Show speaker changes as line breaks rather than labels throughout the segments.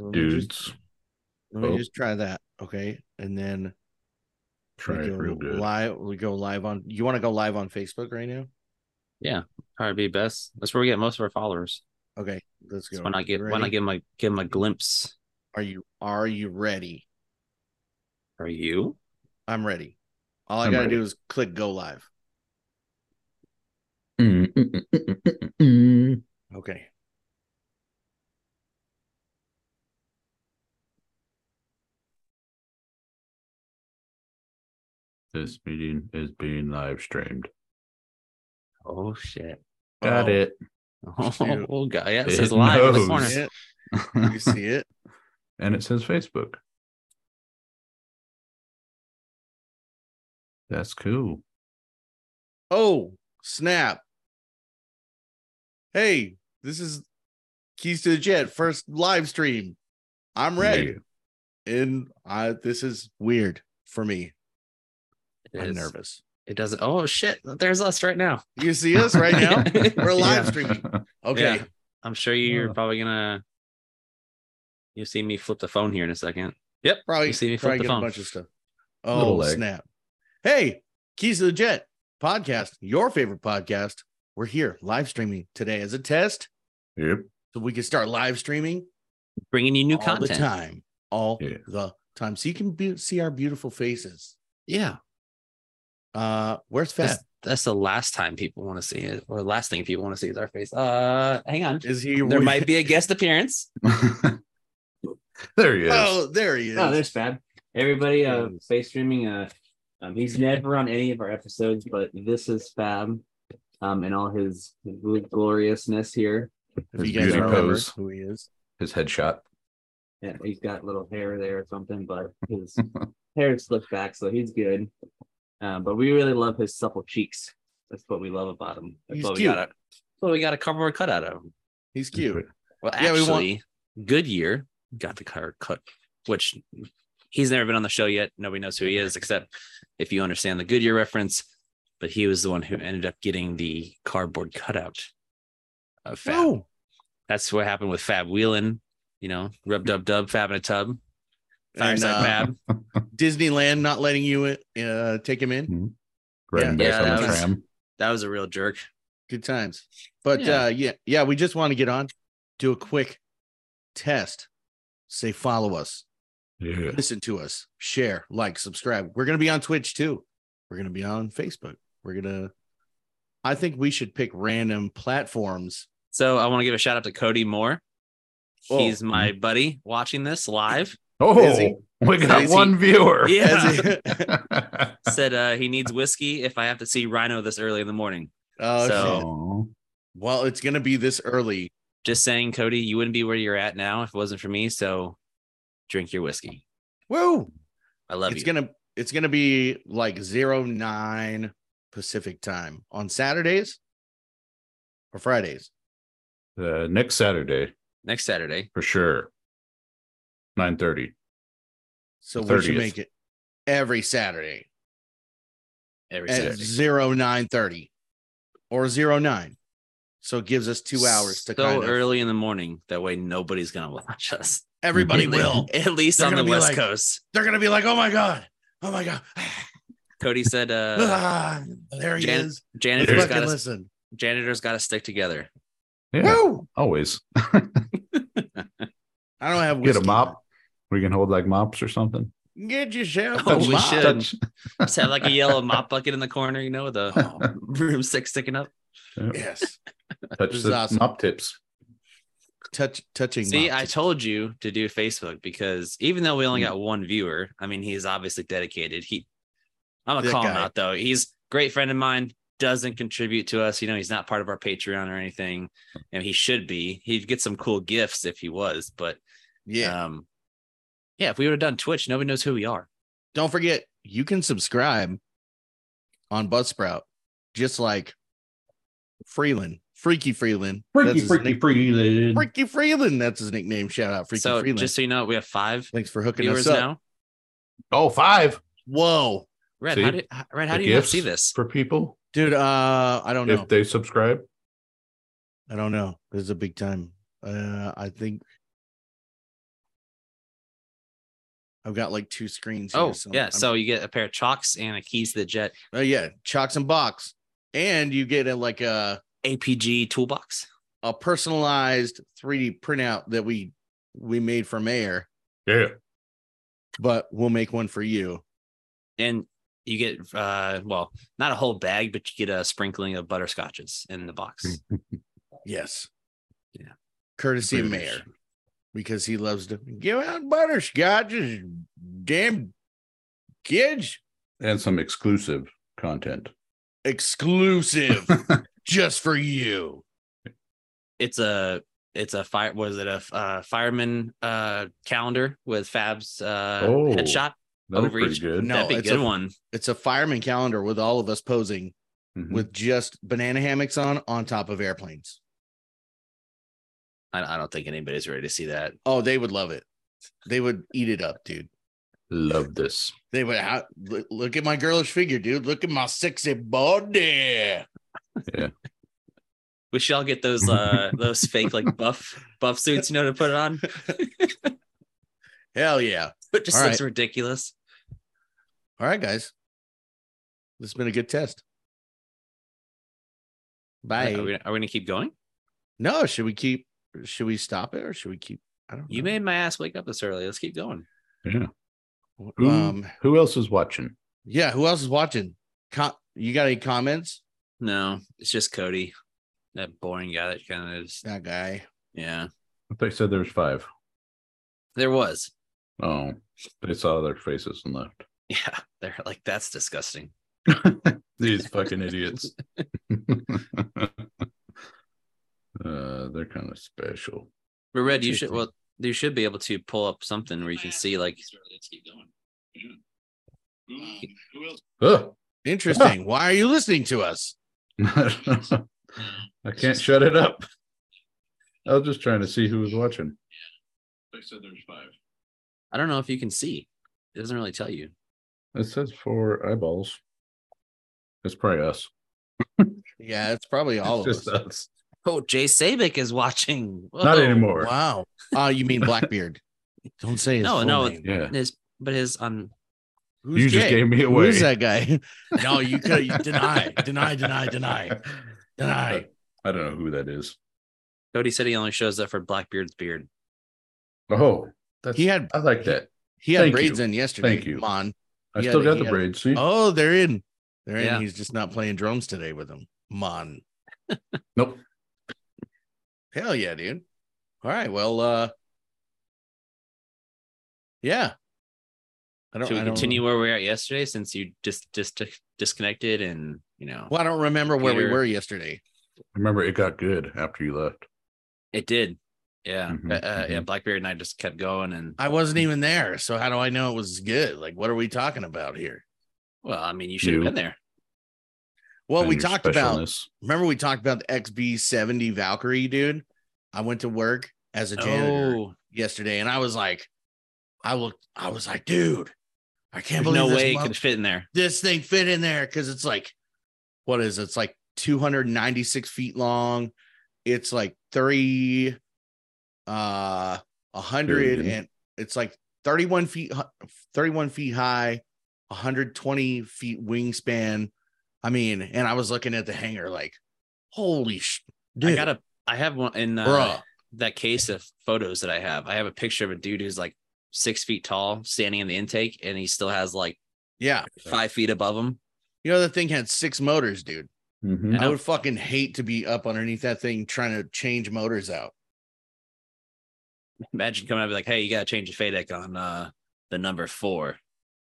Let me just-
dudes.
Let me
Oh.
just try that, okay? And then we
Try it
go
real good.
live. We go live on. You want to go live on Facebook right now?
Probably be best. That's where we get most of our followers.
Okay, let's go.
That's when I get
You
when I
ready?
give my give them a glimpse.
Are you Are you ready?
Are you?
I'm ready. All I
I'm
gotta
ready.
do is click go live.
Mm, mm, mm, mm, mm, mm, mm.
Okay.
This meeting is being live streamed.
Oh shit.
Got
Oh,
it.
Shoot.
Oh god. Yeah, it
It
says live in the
knows.
corner.
see it? You see it?
and it says Facebook. That's cool.
Oh snap! Hey, this is Keys to the Jet first live stream. I'm ready, and I this is weird for me.
It
I'm
is.
nervous.
It doesn't. Oh shit! There's us right now.
You see us right now? We're live
Yeah.
streaming. Okay.
Yeah. I'm sure you're
Oh.
probably gonna. You'll see me flip the phone here in a second. Yep.
Probably,
You see me flip
probably
the
get a
phone.
bunch of stuff.
Little
Oh,
lag.
snap. Hey, Keys to the Jet podcast, your favorite podcast. We're here live streaming today as a test
Yep.
so we can start live streaming
Bringing you new
all
content.
the time, all
Yeah.
the time. So you can be- see our beautiful faces.
Yeah.
Uh, where's Fat?
That's, that's the last time people want to see it, or the last thing people want to see is our face. Uh, hang on.
Is he
There might be a guest appearance.
there he is.
Oh, there he is.
Oh, there's Fab. Everybody, uh, face streaming. Uh, um, he's never on any of our episodes, but this is Fab, um, and all his gl- gloriousness here.
if you
His
guys
beauty
remember
pose.
who he is.
His headshot.
Yeah, he's got little hair there or something, but his hair is slicked back, so he's good. Um, but we really love his supple cheeks. That's what we love about him. That's
He's
what
cute.
we got.
So we got a cover cut out of him.
He's cute.
Well,
Yeah, we
actually,
want-
Goodyear got the cover cut, which he's never been on the show yet. Nobody knows who he is, except if you understand the Goodyear reference. But he was the one who ended up getting the cardboard cutout of Fab.
Oh,
That's what happened with Fab Wheelan. You know, rub dub dub, Fab in a tub,
and,
fireside
uh,
Fab.
Disneyland not letting you uh, take him in.
Riding
Yeah,
yeah,
that
on the
was-
tram.
That was a real jerk.
good times but
Yeah.
uh yeah yeah we just want to get on do a quick test say follow us
Yeah.
listen to us share like subscribe we're gonna be on twitch too we're gonna be on facebook we're gonna i think we should pick random platforms
So I want to give a shout out to Cody Moore.
Oh.
He's my buddy watching this live.
Is he-
Oh, we got
is he-
one viewer.
Yeah.
As in-
Said uh, he needs whiskey if I have to see Rhino this early in the morning.
oh,
So-
shit.
Aw.
well it's gonna be this early
Just saying, Cody, you wouldn't be where you're at now if it wasn't for me. So drink your whiskey.
whoa
I love
it's
you.
gonna it's gonna be like zero nine pacific time on saturdays or fridays
Uh, next Saturday
Next Saturday.
for sure. Nine thirty.
So
The
we should
30th.
make it every Saturday
Every
at
Saturday.
zero nine thirty or zero nine. So it gives us two hours to
so
kind of
early in the morning. That way nobody's gonna watch us.
everybody
Mhm.
will.
At least
They're
on the
gonna be
West
like-
Coast.
They're gonna be like, oh my god, oh my god,
Uh, Cody said uh
Ah, there he
Jan-
is.
It's
janitor's
There's
Fucking
gotta
listen.
janitors gotta stick together.
Yeah,
Woo!
always.
I don't have
Get a
whiskey.
mop. We can hold like mops or something.
Get yourself
Oh,
a
we
mop.
should. Just have like a yellow mop bucket in the corner, you know, with a broomstick sticking up.
Yep.
Yes,
Touch
This is
the
awesome.
mop tips.
touch touching.
See,
mop.
I told you to do Facebook because even though we
Mm.
only got one viewer, I mean, he's obviously dedicated. He, I'm gonna
That
call him
guy.
out though. He's a great friend of mine. Doesn't contribute to us. You know, he's not part of our Patreon or anything, and he should be. He'd get some cool gifts if he was. But
yeah.
um, yeah, if we would have done Twitch, nobody knows who we are.
don't forget you can subscribe on Buzzsprout, just like Freeland, Freaky Freeland, That's his nick-
freaky. uh,
Freaky Freeland. That's his nickname. Shout out, Freaky
so
Freeland.
just so you know, we have five
Thanks for hooking us
viewers
up.
now.
Oh, five
Whoa,
Red,
See?
how do h- Red, how
The
do you not
gifts
see this?
for people
dude. Uh, I don't know.
if they subscribe.
I don't know. This is a big time. Uh, I think I've got like two screens.
Oh,
here, so
yeah.
I'm-
So you get a pair of chalks and a keys to the jet
Oh yeah, chocks and box, and you get a like a
APG toolbox.
a personalized 3D printout that we we made from Air,
Yeah.
but we'll make one for you.
And you get uh well, not a whole bag, but you get a sprinkling of butterscotches in the box.
Hmm. Yes.
Yeah.
Courtesy of
British.
Mayor because he loves to give out butterscotches, damn kids.
And some exclusive content.
Exclusive just for you.
It's a it's a fire was it a f- uh, fireman uh calendar with Fab's uh
Oh.
headshot?
That'd be pretty
Overreach.
good.
No,
That'd be a
it's
good
a-
one.
It's a fireman calendar with all of us posing
Mhm.
with just banana hammocks on on top of airplanes.
I, I don't think anybody's ready to see that.
Oh, they would love it. They would eat it up, dude.
love this.
They would ha- look look at my girlish figure, dude. Look at my sexy body.
We should all get those uh those fake like buff buff suits, you know, to put it on.
Hell yeah.
It just
All
looks ridiculous.
All right, guys. This has been a good test. Bye.
Are we, are we gonna keep going?
no, should we keep should we stop it or should we keep I don't know.
You made my ass wake up this early. Let's keep going.
Yeah. Who,
um
who else is watching?
yeah, who else is watching? Com- you got any comments?
No, it's just Cody, that boring guy that kind of is.
That guy.
Yeah,
They said there's five.
there was.
Oh, they saw their faces and left.
Yeah, they're like that's disgusting.
These fucking idiots. uh, they're kind of special.
But Red, you should
Seriously.
well, you should be able to pull up something where you can see like. Let's keep going.
Ugh.
Interesting. Why are you listening to us?
I can't shut it up. I was just trying to see who was watching. They said there's five.
I don't know if you can see. It doesn't really tell you.
It says four eyeballs. It's probably us.
Yeah, it's probably all of
it's
us.
just us.
Oh, Jay Sabic is watching.
Oh,
Not
Whoa.
anymore.
Wow. Uh, you mean Blackbeard? Don't say his
No,
full
no,
name.
Yeah.
His, but his um, on
Who's
you just
gay?
gave me away.
Who's that guy? no, you could deny, deny, deny, deny, deny.
I don't know who that is.
Cody said he only shows up for Blackbeard's beard.
Oh, that's
He had
I like that.
he had
Thank
braids
you.
in yesterday.
Thank you.
Come on.
I
Yeah,
still
they-
got
he
the
had-
braids. See?
Oh, they're in. They're in.
Yeah.
He's just not playing drums today with them. Mon.
Nope.
Hell yeah, dude. All right. Well, uh yeah. I don't,
Should we
I don't
continue where we were at yesterday since you just just disconnected and you know
Well, I don't remember where we
Computer.
were yesterday.
Remember, it got good after you left.
it did. Yeah,
Mhm,
Uh, uh, yeah.
mhm.
Blackbeard and I just kept going and
Mm-hmm, I wasn't even there. So how do I know it was good? Like, what are we talking about here?
well, I mean, you should have
You.
been there.
Well,
and
we
your
talked about
specialness.
Remember we talked about the XB70 Valkyrie, dude? I went to work as a janitor
Oh,
yesterday and I was like, I looked, I was like, dude, I can't
there's
believe
no
this,
way it
mo-
could fit in there.
this thing fit in there because it's like, what is it? It's like 296 feet long. It's like three, uh, 100
Billion.
and it's like 31 feet, hu- 31 feet high, 120 feet wingspan. I mean, and I was looking at the hangar like, holy sh-
I
dude,
got a. I have one in uh,
bruh.
that case of photos that I have. I have a picture of a dude who's like six feet tall, standing in the intake, and he still has like
Yeah.
five feet above him.
You know, the thing had six motors, dude.
Mhm.
I would fucking hate to be up underneath that thing trying to change motors out.
Imagine coming up and be like, "Hey, you got to change the Fadec on uh the number four.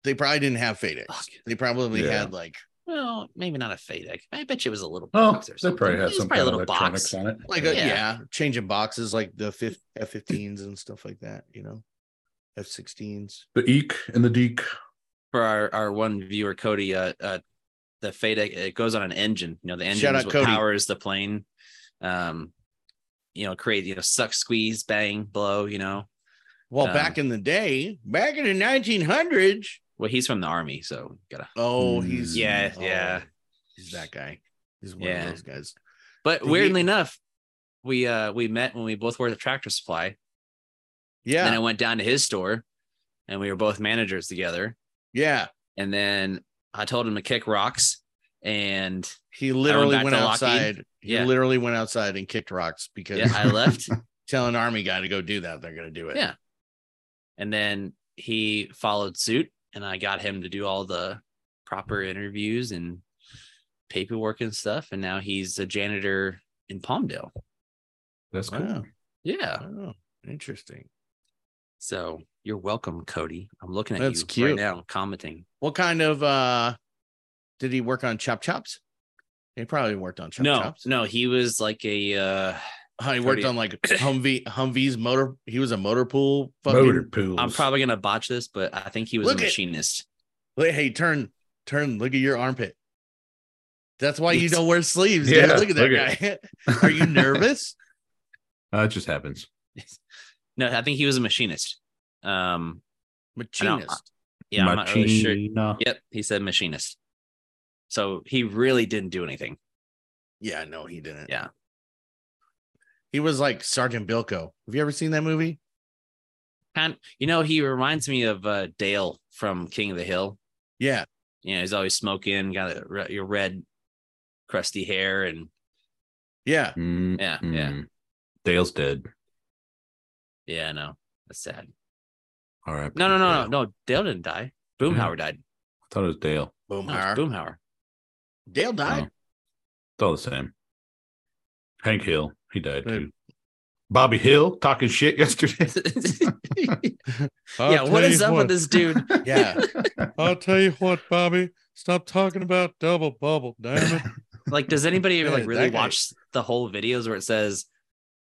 They probably didn't have Fadex.
Fuck.
They probably
Yeah.
had like
Well, maybe not a Fadec. I bet you it was a little
Oh,
box or
they
something.
probably had
It's
some kind
probably a
of
little
electronics
box.
on it.
like a,
Yeah.
yeah. changing boxes like the fif- F15s and stuff like that, you know, F16s.
The eek and the deek.
for our, our one viewer Cody, uh, uh, the Fadec it goes on an engine. You know, the engine
Shout
is
out
what
Cody.
powers the plane. Um, you know, create you know suck, squeeze, bang, blow. You know,
Well,
Um,
back in the day, back in the 1900s.
well, he's from the army, so gotta.
Oh,
Mm.
he's
Yeah,
oh,
yeah.
He's that guy. He's one
Yeah.
of those guys.
But
Did
weirdly
he-
enough, we uh we met when we both were at Tractor Supply.
Yeah.
Then I went down to his store, and we were both managers together.
Yeah.
And then I told him to kick rocks, and
He literally
back
went
to Lockheed.
outside.
Yeah.
He literally went outside and kicked rocks because
yeah, I left.
tell an army guy to go do that, they're gonna do it.
Yeah. and then he followed suit, and I got him to do all the proper interviews and paperwork and stuff. And now he's a janitor in Palmdale.
That's cool.
Wow.
Yeah.
Oh, interesting.
So you're welcome, Cody. I'm looking at
That's
you
cute.
right now, commenting.
What kind of uh did he work on chop chops? He probably worked on chop
no,
chops.
no, he was like a uh
Oh, he worked
Pretty-
on like Humvee Humvee's motor. He was a motor pool fucking
Motor pools.
I'm probably gonna botch this, but I think he was
Look
a
at-
machinist.
Hey, hey, turn, turn. Look at your armpit. That's why you
Yes.
don't wear sleeves.
Yeah,
dude. Look at that
look at
guy. Are you nervous?
that just happens.
No, I think he was a machinist. Um
Machinist.
yeah, I'm not really sure.
Machina.
Yep, he said machinist. So he really didn't do anything.
Yeah, no, he didn't.
Yeah.
He was like Sergeant Bilko. Have you ever seen that movie?
And you know, he reminds me of uh Dale from King of the Hill.
Yeah.
You know, he's always smoking, got a, re- your red crusty hair and
Yeah.
Mm,
Yeah, yeah.
Hmm.
mm. Dale's dead.
yeah, I know. That's sad.
All right.
No, no, no, no, no. Dale didn't die.
Hmm.
Boomhauer died.
I thought it was Dale.
Boom.
No, it's Boomhauer.
Dale
Oh.
died.
It's all the same. Hank Hill, he died
Dude.
too. Bobby Hill talking shit yesterday. Oh.
yeah, what is up with this dude?
Yeah.
I'll tell you what, Bobby. Stop talking about double bubble, damn it.
Like, does anybody
Yeah,
like really
that guy-
watch the whole videos where it says,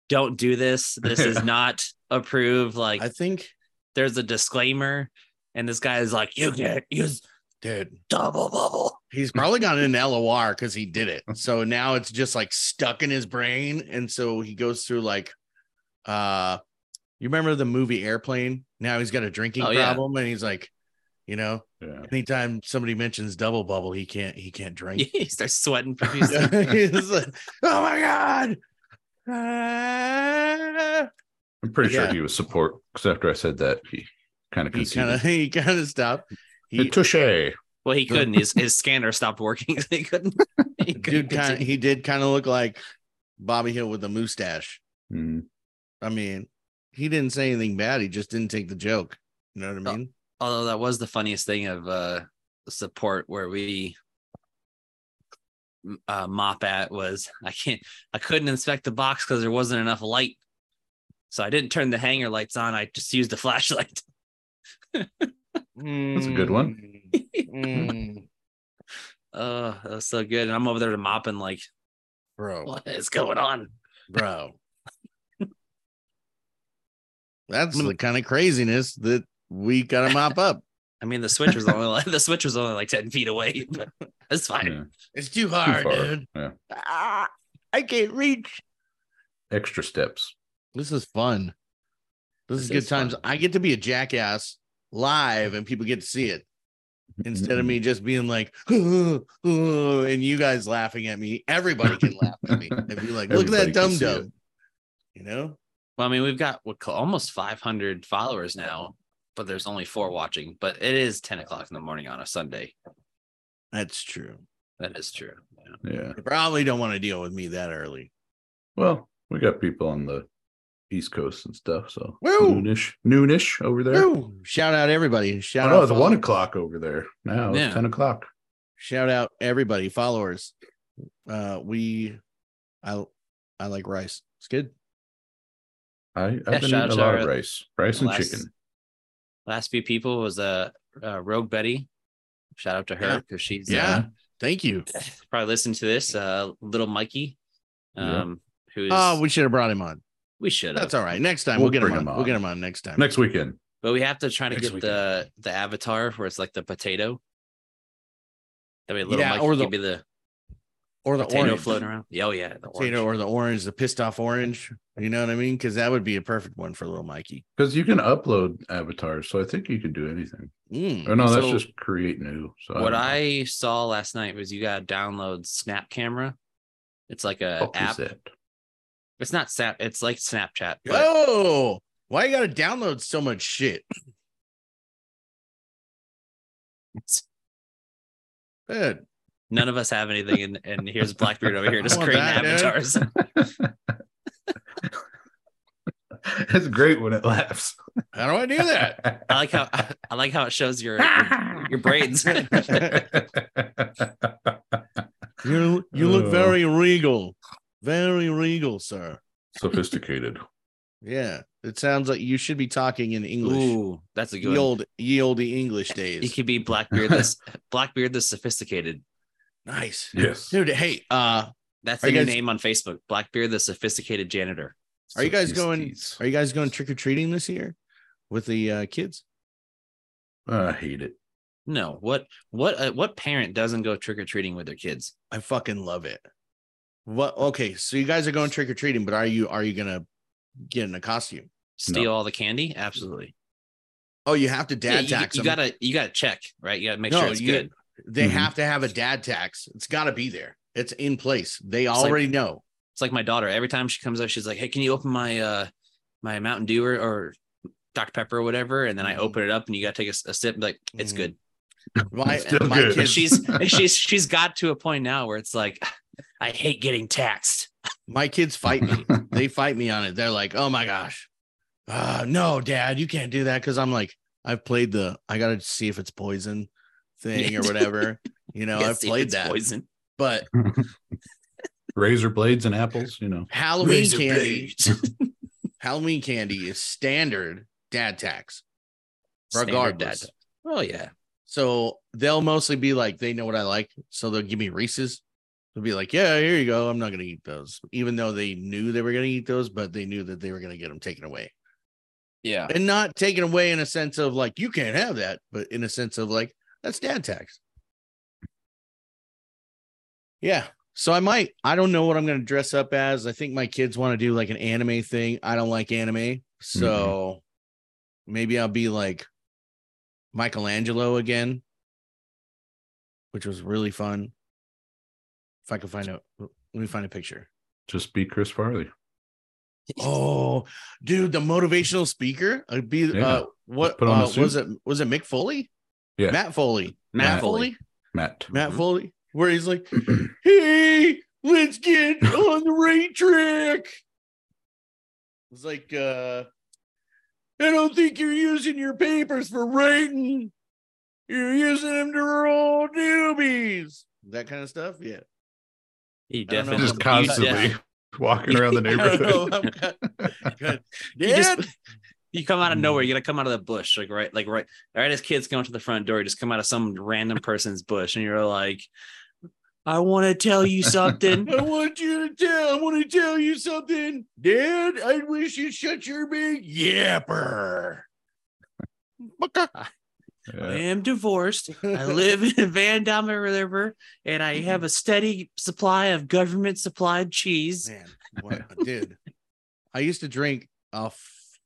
"Don't do this. This is not approved." Like,
I think,
there's a disclaimer, and this guy is like, "You can't use
dude,
double bubble."
he's probably got an LOR because he did it. So now it's just like stuck in his brain. And so he goes through like uh you remember the movie Airplane? Now he's got a drinking
Oh, yeah.
problem and he's like, you know,
Yeah.
anytime somebody mentions double bubble, he can't he can't drink.
he starts sweating profusely.
He's like, oh my god. Ah.
I'm pretty sure
Yeah.
he was support because after I said that, he kind of
he kind
conceded.
of he kind of stopped. He,
Touche.
well, he couldn't. His his scanner stopped working. so he couldn't. He couldn't
dude kind
continue.
he did kind of look like Bobby Hill with a mustache.
Mm.
I mean, he didn't say anything bad. He just didn't take the joke. You know what I
Oh.
mean?
although that was the funniest thing of uh support where we m- uh mop at was i can't i couldn't inspect the box because there wasn't enough light so i didn't turn the hanger lights on i just used the flashlight
That's a good one.
Mm.
oh that was so good and i'm over there to mop and like
Bro,
what is going on
bro. That's
I'm
the kind of craziness that we gotta mop up.
i mean the switch was only like the switch was only like 10 feet away but that's fine
Yeah.
It's too
Too
hard,
far.
dude.
Yeah.
Ah, I can't reach.
Extra steps.
This is fun. This,
This
is good
is
times.
fun.
I get to be a jackass live and people get to see it instead of me
Mm-hmm.
just being like, and you guys laughing at me. Everybody can laugh at me and be like, look at
Everybody
that
can
dumb
see
dumb. You know?
Well, I mean, we've got what, almost 500 followers now, but there's only four watching. But it is 10 o'clock in the morning on a Sunday.
That's true.
That is true. Yeah.
Yeah.
They probably don't want to deal with me that early.
Well, we got people on the East Coast and stuff. So
Woo!
noonish, noonish over there.
Woo! Shout out everybody.
Oh,
Shout
no,
out
the
follow-
one o'clock over there. Now
Yeah.
it's 10 o'clock.
Shout out everybody, followers. Uh we I I like rice. It's good.
I, I've
Yeah,
been
shout
eating a
out
lot of
our-
rice, rice and
last-
chicken.
Last few people was uh, uh, Rogue Betty. Shout out to her
Yeah.
because she's
Yeah. Thank you.
uh, probably listened to this. Uh, little Mikey,
Yeah.
um, who is
Oh,
we,
we should have brought him on.
should have,
That's all right. Next time
We'll
we'll, get him
bring
on.
him on.
We'll get him on next time.
Next weekend.
but we have to try to
Next
get the the avatar where it's like the potato. That way, little
Yeah,
Mikey
or
could
the-
be the
or the
potato
orange.
floating around. Yeah, Oh yeah, the orange.
Potato or the orange, the pissed off orange. You know what I mean? Because that would be a perfect one for little Mikey.
Because you can upload avatars, so I think you can do anything.
Mm.
Oh no, that's
So-
just create new. So
what
don't know.
I saw last night was you gotta download Snap Camera. It's like a
Fuck is
uh,
app.
Oh, that?
It's not Snap. It's like Snapchat. But
Whoa! Why you gotta download so much shit? Good.
None of us have anything, and, and here's Blackbeard over here just
I want
creating
that, dude.
avatars.
That's great when it laughs.
How do I do that?
I like how I like how it shows your your, your brains.
You you look
Oh.
very regal, very regal, sir.
Sophisticated.
Yeah, it sounds like you should be talking in English.
Ooh, that's a
Ye
good. One.
old ye olde English
You
days.
could be Blackbeard this Blackbeard the sophisticated.
Nice,
Yes.
dude. Hey, uh,
That's
Are
the
you
new
guys-
name on Facebook. Blackbeard the sophisticated janitor.
Are you guys going-
Sophisties.
are you guys going trick or treating this year with the uh, kids?
I hate it.
No, what what uh, what parent doesn't go trick or treating with their kids?
I fucking love it. What? Okay, so you guys are going trick or treating, but are you are you gonna get in a costume?
Steal all the candy? Absolutely.
Oh, you have to
Yeah,
dad
you-
tax.
you,
them.
gotta you gotta check, right? You gotta make
No,
sure it's
you-
good.
They
Mhm.
have to have a dad tax. It's got to be there. It's in place. They
like-
already know.
It's like my daughter. Every time she comes up, she's like, "Hey, can you open my uh my Mountain Dew or, or Dr Pepper or whatever?" And then I
Mhm.
open it up, and you gotta take a, s- a sip. Like it's
Mhm.
good.
My,
Still
my
good.
But
kids,
she's she's she's got to a point now where it's like, I hate getting taxed.
my kids fight me. they fight me on it. They're like, "Oh my gosh, uh, no, Dad, you can't do that." Because I'm like, I've played the I gotta see if it's poison thing or whatever. You know,
Gotta
I've
see if
played
it's
that.
Poison.
But
Razor blades and apples, you know.
Halloween
Razor
candy,
blades.
Halloween candy is standard dad tax,
Standard
regardless.
dad. Oh yeah.
So they'll mostly be like, they know what I like. So they'll give me Reese's. They'll be like, yeah, here you go. I'm not going to eat those. Even though they knew they were going to eat those, but they knew that they were going to get them taken away.
Yeah.
And not taken away in a sense of like, you can't have that, but in a sense of like, that's dad tax. Yeah. So I might, I don't know what I'm going to dress up as. I think my kids want to do like an anime thing. I don't like anime. So maybe I'll be like Michelangelo again, which was really fun. If I can find out, let me find a picture.
Just be Chris Farley.
Oh, dude, the motivational speaker. I'd be
Yeah.
uh, what
Put on a
uh,
suit.
was it? Was it Mick Foley?
Yeah. Mm-hmm.
Matt Foley.
Matt
Matt.
Matt Foley. Where he's like, "Hey, let's get on the right track." It's like, uh, I don't think you're using your papers for writing. You're using them to roll doobies. That kind of stuff. Yeah.
You
I don't know
definitely
Just
you-
constantly walking around the
I don't know.
neighborhood.
Oh, I'm kind of- kind of-
You, just-
Dad?
you come out of nowhere. You gotta come out of the bush, like right, like right, right as kids come up to the front door. You just come out of some random person's bush, and you're like, "I want to tell you something."
I want you to tell. I want to tell you something, Dad. I wish you shut your big yapper.
I
Yeah.
am divorced. I live in Van Damme River, and I have a steady supply of government supplied cheese.
Man, what I did. I used to drink a, f-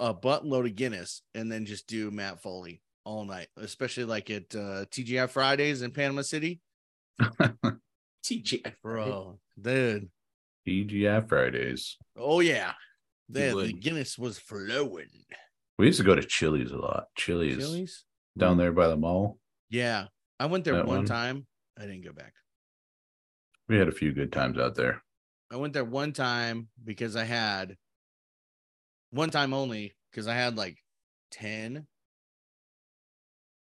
a buttload of Guinness and then just do Matt Foley all night, especially like at uh, TGI Fridays in Panama City.
TGI.
Bro, dude.
TGI Fridays.
Oh, yeah. The, the
would.
Guinness was flowing.
We used to go to Chili's a lot. Chili's
Chili's?
down there by the mall.
Yeah. I went there
That
one
one?
time. I didn't go back.
We had a few good times out there.
I went there one time because I had one time only because I had like 10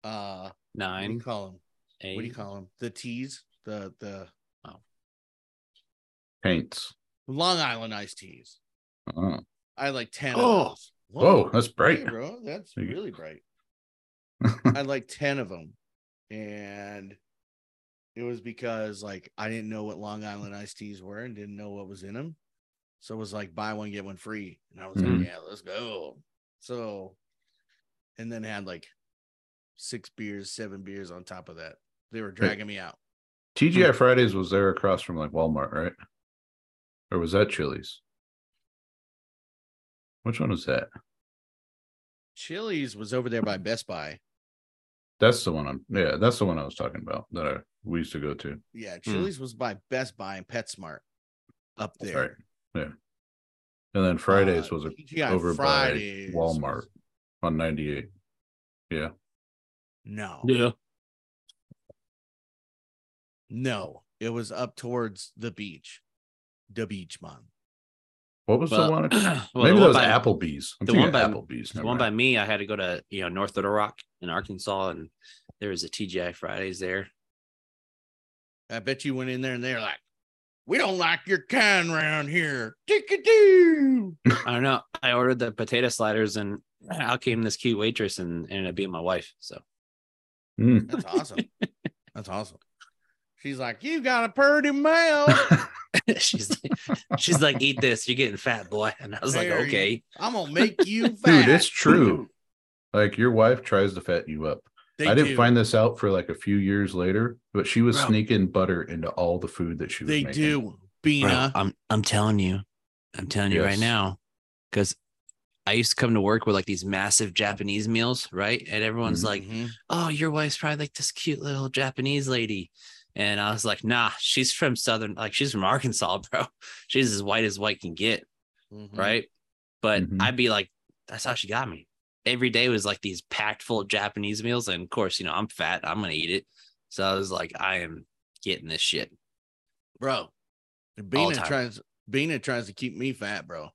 uh what do you
Nine.
call them?
Eight.
what do you call them? The teas, the the
Paints.
Long Island iced teas.
Oh,
I had like ten.
Oh.
of those.
Whoa, that's bright.
hey, bro. That's
Thank you.
really bright. I had like ten of them, and it was because like I didn't know what Long Island iced teas were and didn't know what was in them, so it was like buy one get one free, and I was
Mhm.
like, yeah, let's go. So, and then had like six beers, seven beers on top of that. They were dragging me out.
TGI Fridays was there across from like Walmart, right? Or was that Chili's? Which one was that?
Chili's was over there by Best Buy.
That's the one I'm yeah, that's the one I was talking about that I we used to go to.
Yeah, Chili's was by Best Buy and PetSmart up there.
Right. Yeah. And then Fridays
Uh,
was
TGI
over
Fridays
by Walmart on 98.
No.
Yeah.
No, it was up towards the beach, the beach, man.
What was
Well,
the one?
well, the
Maybe
one
that was
by-
Applebee's. I'm
the
thinking
one by-
Applebee's.
The
never
one by
mind.
me, I had to go to you know North Little Rock in Arkansas, and there was a TGI Fridays there.
I bet you went in there and they're like, "We don't like your kind round here." Tick-a-doo.
I don't know. I ordered the potato sliders, and out came this cute waitress, and ended up being my wife. So
Mm.
That's awesome. That's awesome. She's like, "You got a pretty mouth."
she's like, she's like, "Eat this, you're getting fat, boy." And I was like,
There you-
"Okay."
I'm gonna make you fat.
Dude, it's true. Like your wife tries to fatten you up.
They
I didn't
do.
find this out for like a few years later, but she was
Bro.
sneaking butter into all the food that she was
They
making.
do.
Bro,
Bina.
I'm I'm telling you, I'm telling you right
Yes.
now, because I used to come to work with like these massive Japanese meals, right? And everyone's
Mhm.
like,
Mm-hmm.
"Oh, your wife's probably like this cute little Japanese lady," and I was like, "Nah, she's from southern, like she's from Arkansas, bro. She's as white as white can get,
Mm-hmm. Mm.
right?" But
Mhm.
I'd be like, "That's how she got me." Every day was like these packed full of Japanese meals, and of course, you know, I'm fat, I'm gonna eat it, so I was like, "I am getting this shit."
bro.
All the
Bina
time.
tries. Bina tries to keep me fat, bro.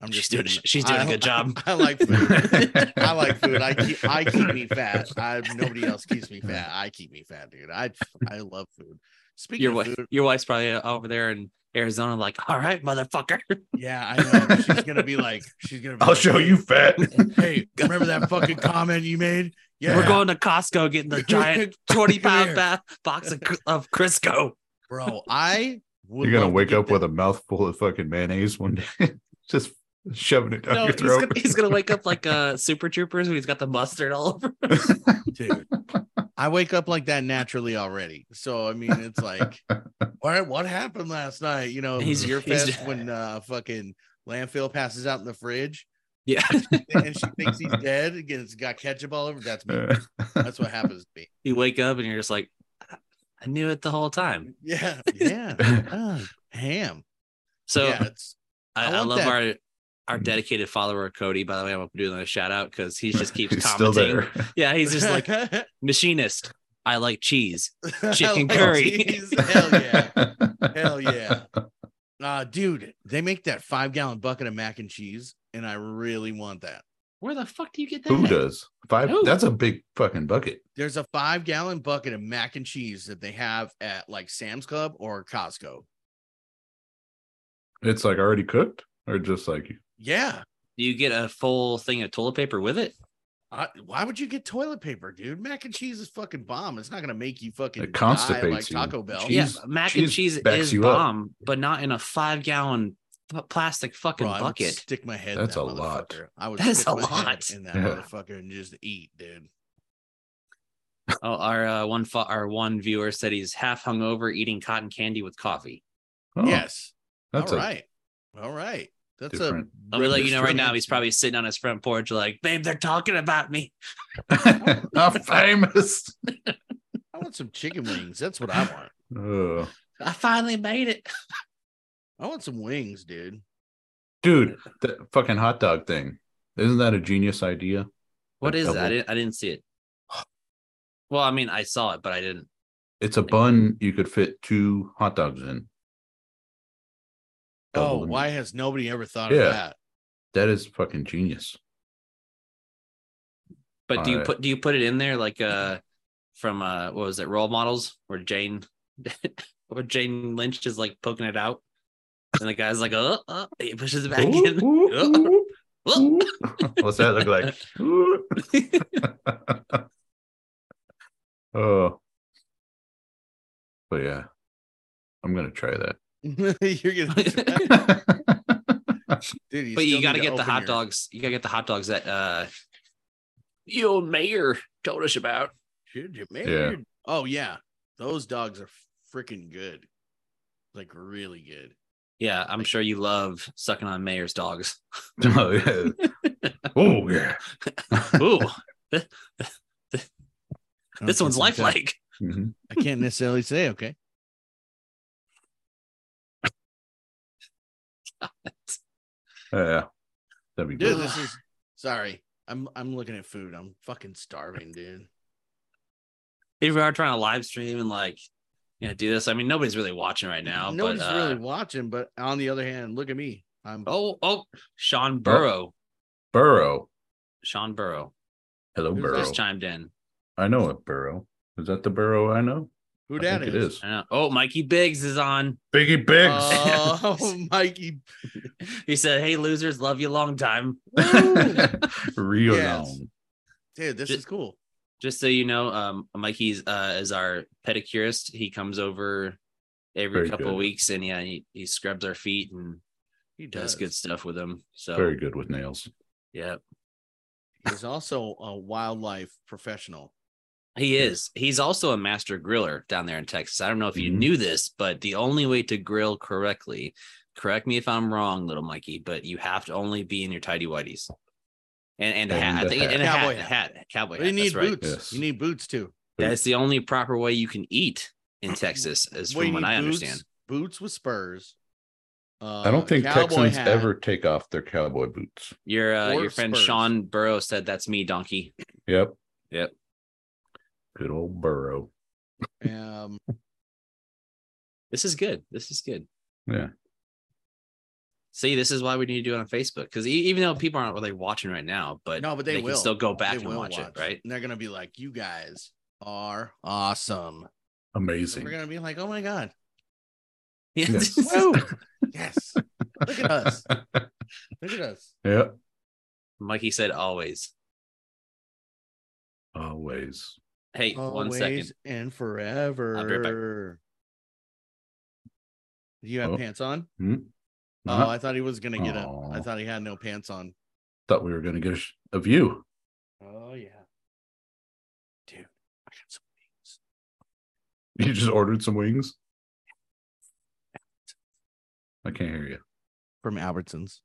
I'm
She's
just
doing-
kidding.
she's doing a
I-
good job.
I, like food. I like food. I keep I keep me fat. I nobody else keeps me fat. I keep me fat, dude. I I love food. Speaking
your
of
wife,
food,
your wife's probably uh, over there in Arizona, like, all right, motherfucker.
yeah, I know. She's gonna be like, she's gonna. Be
I'll
like,
show you fat.
Hey, remember that fucking comment you made? Yeah,
We're going to Costco getting the giant twenty
here.
pound ba- box of, of Crisco.
bro. I would
You're gonna
love to
wake
get
up
that-
with a mouthful of fucking mayonnaise one day, just shoving it down
No,
your
he's gonna,
throat.
he's gonna wake up like uh, Super Troopers when he's got the mustard all over.
dude. I wake up like that naturally already. So I mean, it's like, what what happened last night? You know,
He's-
he's your
he's-
fest when uh fucking landfill passes out in the fridge
Yeah,
and she thinks he's dead. Again, it's got ketchup all over. That's me. That's what happens to me.
you wake up and you're just like, I knew it the whole time.
Yeah, yeah. Ugh, ham.
So
yeah, it's
I,
I
I,
want
love
that.
our
Mm-hmm.
our dedicated follower Cody. By the way, I'm doing a shout out because he just keeps
He's still
commenting.
there.
Yeah, he's just like
I
machinist. I like cheese. chicken
like
curry.
cheese. Hell yeah. Hell yeah. Uh, dude, they make that five gallon bucket of mac and cheese, and I really want that.
Where the fuck do you get that?
Who does five?
Who?
That's a big fucking bucket.
There's a five gallon bucket of mac and cheese that they have at like Sam's Club or Costco.
It's like already cooked, or just like
Yeah.
Do you get a full thing of toilet paper with it?
I, why would you get toilet paper, dude? Mac and cheese is fucking bomb. It's not gonna make you fucking
It constipates
die like
you.
Taco Bell.
Cheese-
Oh, yeah, mac and
cheese
cheese
backs
is
you up.
bomb, but not in a five gallon p- plastic fucking
Bro, I would
bucket.
stick my head. in
That's
that
a lot.
motherfucker. I would.
That is
stick
a
my head
lot.
in that
Yeah.
motherfucker and just eat, dude.
oh, our uh, one fo- our one viewer said he's half hungover eating cotton candy with coffee.
oh,
yes.
that's
All
a-
right. All right. That's
different-
a.
I'm gonna let you know right
revolution.
now he's probably sitting on his front porch like, babe, they're talking about me.
I'm famous.
I want some chicken wings. That's what I want.
Oh.
I finally made it.
I want some wings, dude.
Dude, that fucking hot dog thing. Isn't that a genius idea?
What
That
is that? I
double-
didn't, I didn't see it. Well, I mean, I saw it, but I didn't.
It's a bun you could fit two hot dogs in. Double
Oh,
them.
why has nobody ever thought
Yeah.
of that?
That is fucking genius.
But do you
Alright.
put do you put it in there like uh from uh what was it role models where Jane where Jane Lynch is like poking it out and the guy's like oh, oh he pushes it back in
Ooh, ooh,
Oh.
ooh. What's that look like? Ooh. oh. But yeah. I'm gonna try
You're gonna,
that.
dude, you
but
still
you
need
gotta
to
get the
open
hot
your-
dogs you gotta get the hot dogs that uh the old mayor told us about
Should you
Yeah.
married? Oh yeah, those dogs are freaking good, like really good.
yeah I'm sure you love sucking on mayor's dogs
oh yeah. Oh yeah.
ooh
I
this
don't think I
one's
can-
lifelike
Mhm.
I can't necessarily say. Okay,
Oh, Yeah. That'd be
dude,
good.
this is sorry. I'm I'm looking at food. I'm fucking starving, dude.
if we are trying to live stream and like you know, do this. I mean, nobody's really watching right now.
Nobody's
but, uh,
really watching, but on the other hand, look at me. I'm
Oh, oh, Sean Burrow.
Burrow.
Sean Burrow
Hello,
Who's
Burrow.
just chimed in.
I know a Burrow. Is that the Burrow I know?
who
I
that is.
think it is.
I know. Oh, Mikey Biggs is on.
Biggie Biggs.
Oh, Mikey.
He said, "Hey, losers, love you long time."
Real
Uh, Yes.
long.
Dude, this is cool.
Just so you know, um, Mikey's uh, is our pedicurist. He comes over every
Very
couple
good.
weeks, and yeah, he, he scrubs our feet and
He
does
does.
good stuff with them. So
Very good with nails.
yeah,
He's also a wildlife professional.
he is. He's also a master griller down there in Texas. I don't know if you
Mhm.
knew this, but the only way to grill correctly, correct me if I'm wrong, little Mikey, but you have to only be in your tidy whities and and, a
And
hat,
a
I think,
hat.
and a
Cowboy
cowboy
hat.
hat, hat, cowboy
But
hat.
you need
that's right.
boots.
Yes.
You need boots too.
That's the only proper way you can eat in Texas, is
Well, you
from what
need
I
boots-
understand.
Boots with spurs. Uh,
I don't think
cowboy
Texans
hat.
ever take off their cowboy boots.
Your uh,
Or
your friend
Spurs.
Sean Burrow said that's me, donkey.
Yep.
Yep.
Good old Burrow.
Um,
This is good. This is good.
Yeah.
See, this is why we need to do it on Facebook because even though people aren't really watching right now, but
no, but they, will
can still go back
They
and
will
watch, it, right?
And they're gonna be like, "You guys are awesome." And we're
Amazing.
gonna be like, "Oh my god,
Yeah.
Yes.
woo, yes! Look at us! Look at us!"
Yep.
Mikey said always.
Always.
Hey, one second.
Always and forever. You have
Oh.
pants on?
Hmm?
Oh,
Huh?
I thought he was gonna get up. I
Aw.
thought he had no pants on.
Thought we were going to get a, sh- a view.
Oh yeah, dude, I got some things.
You just ordered some wings. I can't hear you.
from Albertsons.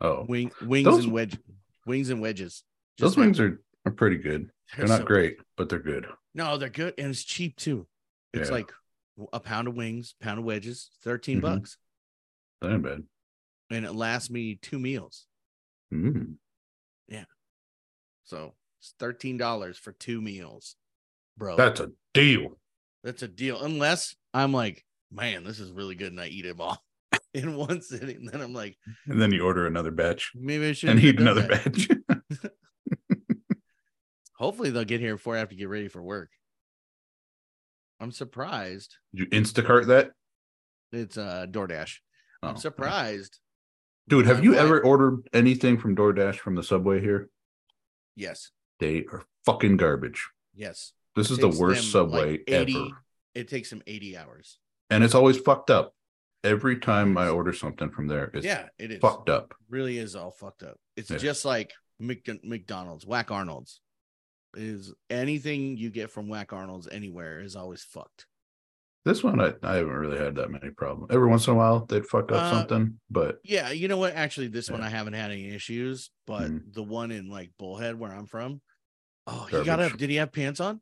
Oh,
Wing, wings
Those-
and wedge, wings and wedges.
those
Just
wings are, are pretty good.
like-
They're not
so-
great, but they're good.
No, they're good and it's cheap too. It's
Yeah.
like a pound of wings, pound of wedges, 13
Mhm.
bucks,
They ain't bad.
and it lasts me two meals.
Mm.
So it's thirteen dollars for two meals, bro.
That's a deal.
That's a deal. Unless I'm like, man, this is really good, and I eat them all in one sitting. Then I'm like,
And then you order another batch
maybe I should
and eat another batch.
Hopefully they'll get here before I have to get ready for work. I'm surprised.
you Instacart that?
It's uh DoorDash.
Oh.
I'm surprised.
Dude, have
I'm
you
like-
ever ordered anything from DoorDash from the subway here?
Yes.
They are fucking garbage.
Yes.
This is
It
the
takes
worst
them, like,
subway
80
ever.
It takes them 80 hours.
And it's always fucked up. Every time I order something from there, it's
yeah, it is.
fucked up.
Really is all fucked up. It's
Yeah.
just like Mc- McDonald's, Whack Arnold's. It Is anything you get from Whack Arnold's anywhere is always fucked.
This one, I, I haven't really had that many problems. Every once in a while, they'd fuck up
Uh,
something, but
Yeah, you know what? Actually, this one
Yeah.
I haven't had any issues, but
Mhm.
the one in like Bullhead where I'm from. Oh, he got
Garbage.
up. Did he have pants on?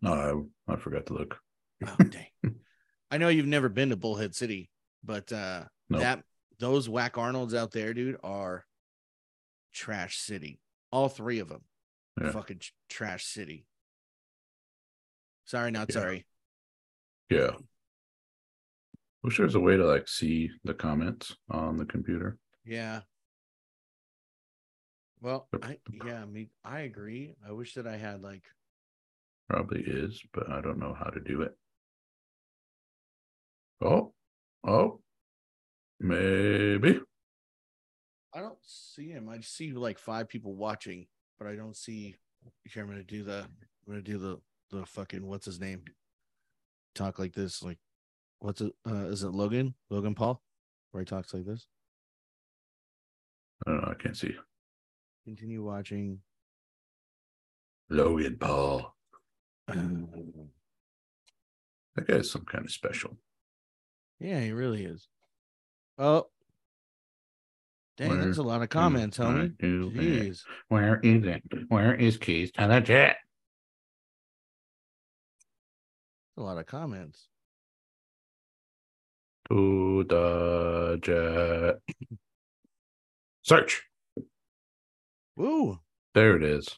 no, I, I forgot to look.
Oh dang. I know you've never been to Bullhead City, but uh
No.
that those whack Arnolds out there, dude, are trash city. All three of them.
Yeah.
Fucking tr- trash city. Sorry, not
Yeah.
sorry.
Yeah. Wish there's a way to like see the comments on the computer.
Yeah. Well,
Yep.
I yeah, I mean, I agree. I wish that I had like
Probably is, but I don't know how to do it. Oh, oh, maybe.
I don't see him. I see like five people watching, but I don't see. Here, I'm gonna do the. I'm gonna do the the fucking what's his name. Talk like this, like what's it? Uh, is it Logan? Logan Paul, where he talks like this.
I don't know. I can't see.
Continue watching.
Logan Paul.
yeah,
That guy's some kind of special.
he really is. Oh, dang,
Where
that's a lot of comments,
All
homie.
right, you-
Jeez,
Where is it? Where is Keys to the jet?
a lot of comments.
To the jet. Search.
Woo!
There it is.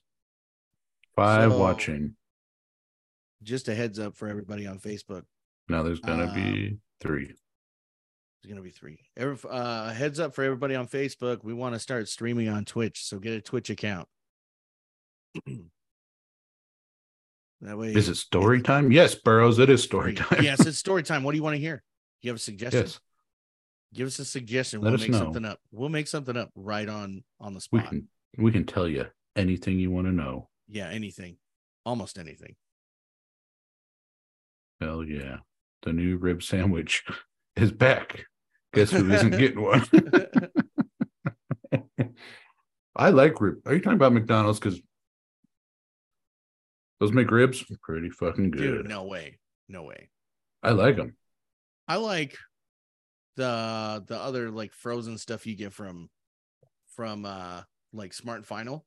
Five
So-
watching.
just a heads up for everybody on Facebook.
Now there's gonna
Um,
be three.
It's gonna be three. Every uh, heads up for everybody on Facebook. We want to start streaming on Twitch, so get a Twitch account. that way,
Is it story time? Yes, Burrows. It is story time.
yes, it's story time. What do you want to hear? You have a suggestion?
yes.
Give us a suggestion.
Let
we'll
us
make
know.
something up. We'll make something up right on on the
We
spot.
can we can tell you anything you want to know.
Yeah, anything, almost anything.
Hell yeah. The new rib sandwich is back. Guess who isn't getting one? I like rib. Are you talking about McDonald's? Because those McRibs are pretty fucking good.
Dude, no way, no way.
I like them.
I like the the other like frozen stuff you get from from uh like Smart and Final.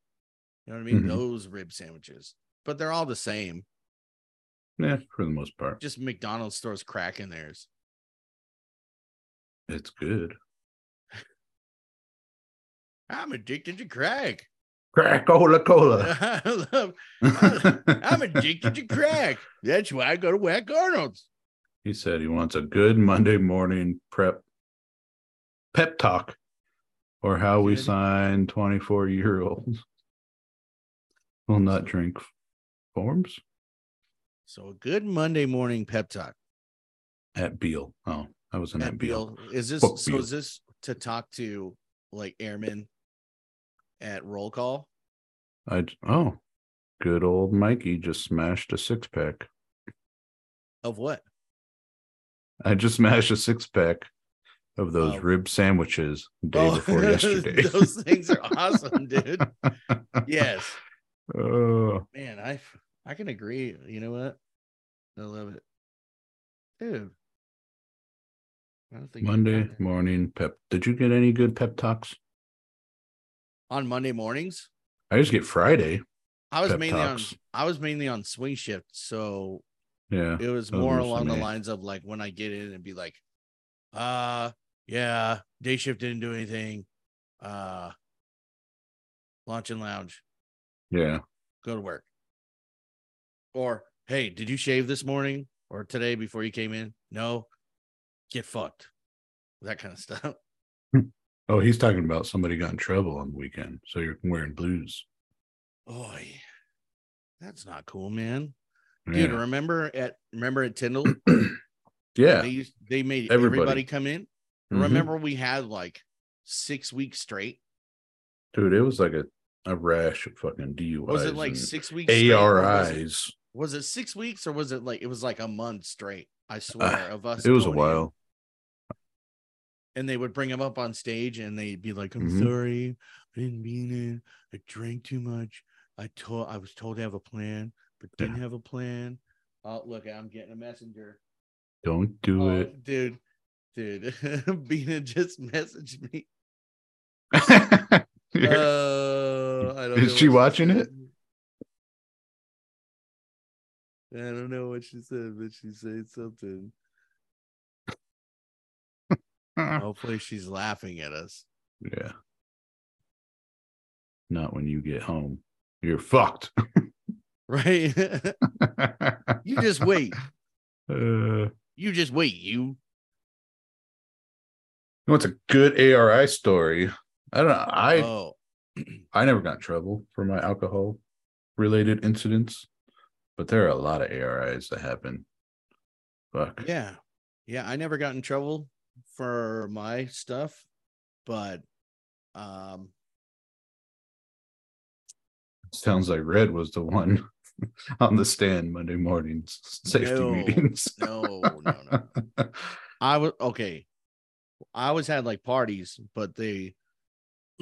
You know what I mean?
Mhm.
Those rib sandwiches. But they're all the same.
Yeah, for the most part,
Just McDonald's stores crack in theirs.
it's good.
I'm addicted to crack.
Crack Cola Cola.
I love, I'm addicted to crack. That's why I go to Whack Arnold's.
He said he wants a good Monday morning prep pep talk or how we
Good.
sign 24 year olds will not drink forms
So a good Monday morning pep talk.
at Beal. Oh, I was in at,
At
Beal.
Beal. Is this
Fuck
so
Beal.
is this to talk to like airmen at roll call?
I oh, good old Mikey just smashed a six pack.
Of what?
I just smashed a six pack of those
Oh.
rib sandwiches day before yesterday.
Those things are awesome, dude. Yes.
Oh,
Man, I I can agree. You know what? I love it. Dude. I don't think I've
Monday
done that.
morning pep. Did you get any good pep talks?
on Monday mornings.
I just get Friday.
I was
Pep
mainly
talks.
on I was mainly on swing shift, so
Yeah.
it was
Those
more
were for
along the
me.
lines of like when I get in and be like, uh yeah, day shift didn't do anything. Uh launch and lounge,
Yeah.
go to work. Or hey, did you shave this morning or today before you came in? No, get fucked. That kind of stuff.
Oh, he's talking about somebody got in trouble on the weekend. So you're wearing blues.
Oh yeah. That's not cool, man.
Yeah.
Dude, remember at remember at Tyndall?
yeah.
They used they made
Everybody.
everybody come in.
Mhm.
Remember, we had like six weeks straight.
Dude, it was like a, a rash of fucking DUIs.
Was it like
and
six weeks? straight, or was it-
ARIs?
Was it six weeks or was it like it was like a month straight? I swear of us.
Uh, It was a
going in.
while.
And they would bring him up on stage and they'd be like, "I'm
Mhm.
sorry, I didn't mean it. I drank too much. I told I was told to have a plan, but
Yeah.
didn't have a plan." Oh, look, I'm getting a messenger.
Don't do
Oh,
it.
dude, dude, Bina just messaged me. Uh, I don't
Is
know
she
what
watching it?
said. I don't know what she said, but she said something. Hopefully, she's laughing at us.
yeah. Not when you get home. You're fucked.
Right? you just wait.
Uh,
You just wait. You.
You what's a good ARI story? I don't know. I
oh,
I never got in trouble for my alcohol related incidents, but there are a lot of ARIs that happen. Fuck.
yeah, yeah. I never got in trouble for my stuff, but um,
Sounds like Red was the one on the stand Monday mornings, safety
No.
meetings.
no, no, no. I was okay. I always had like parties, but they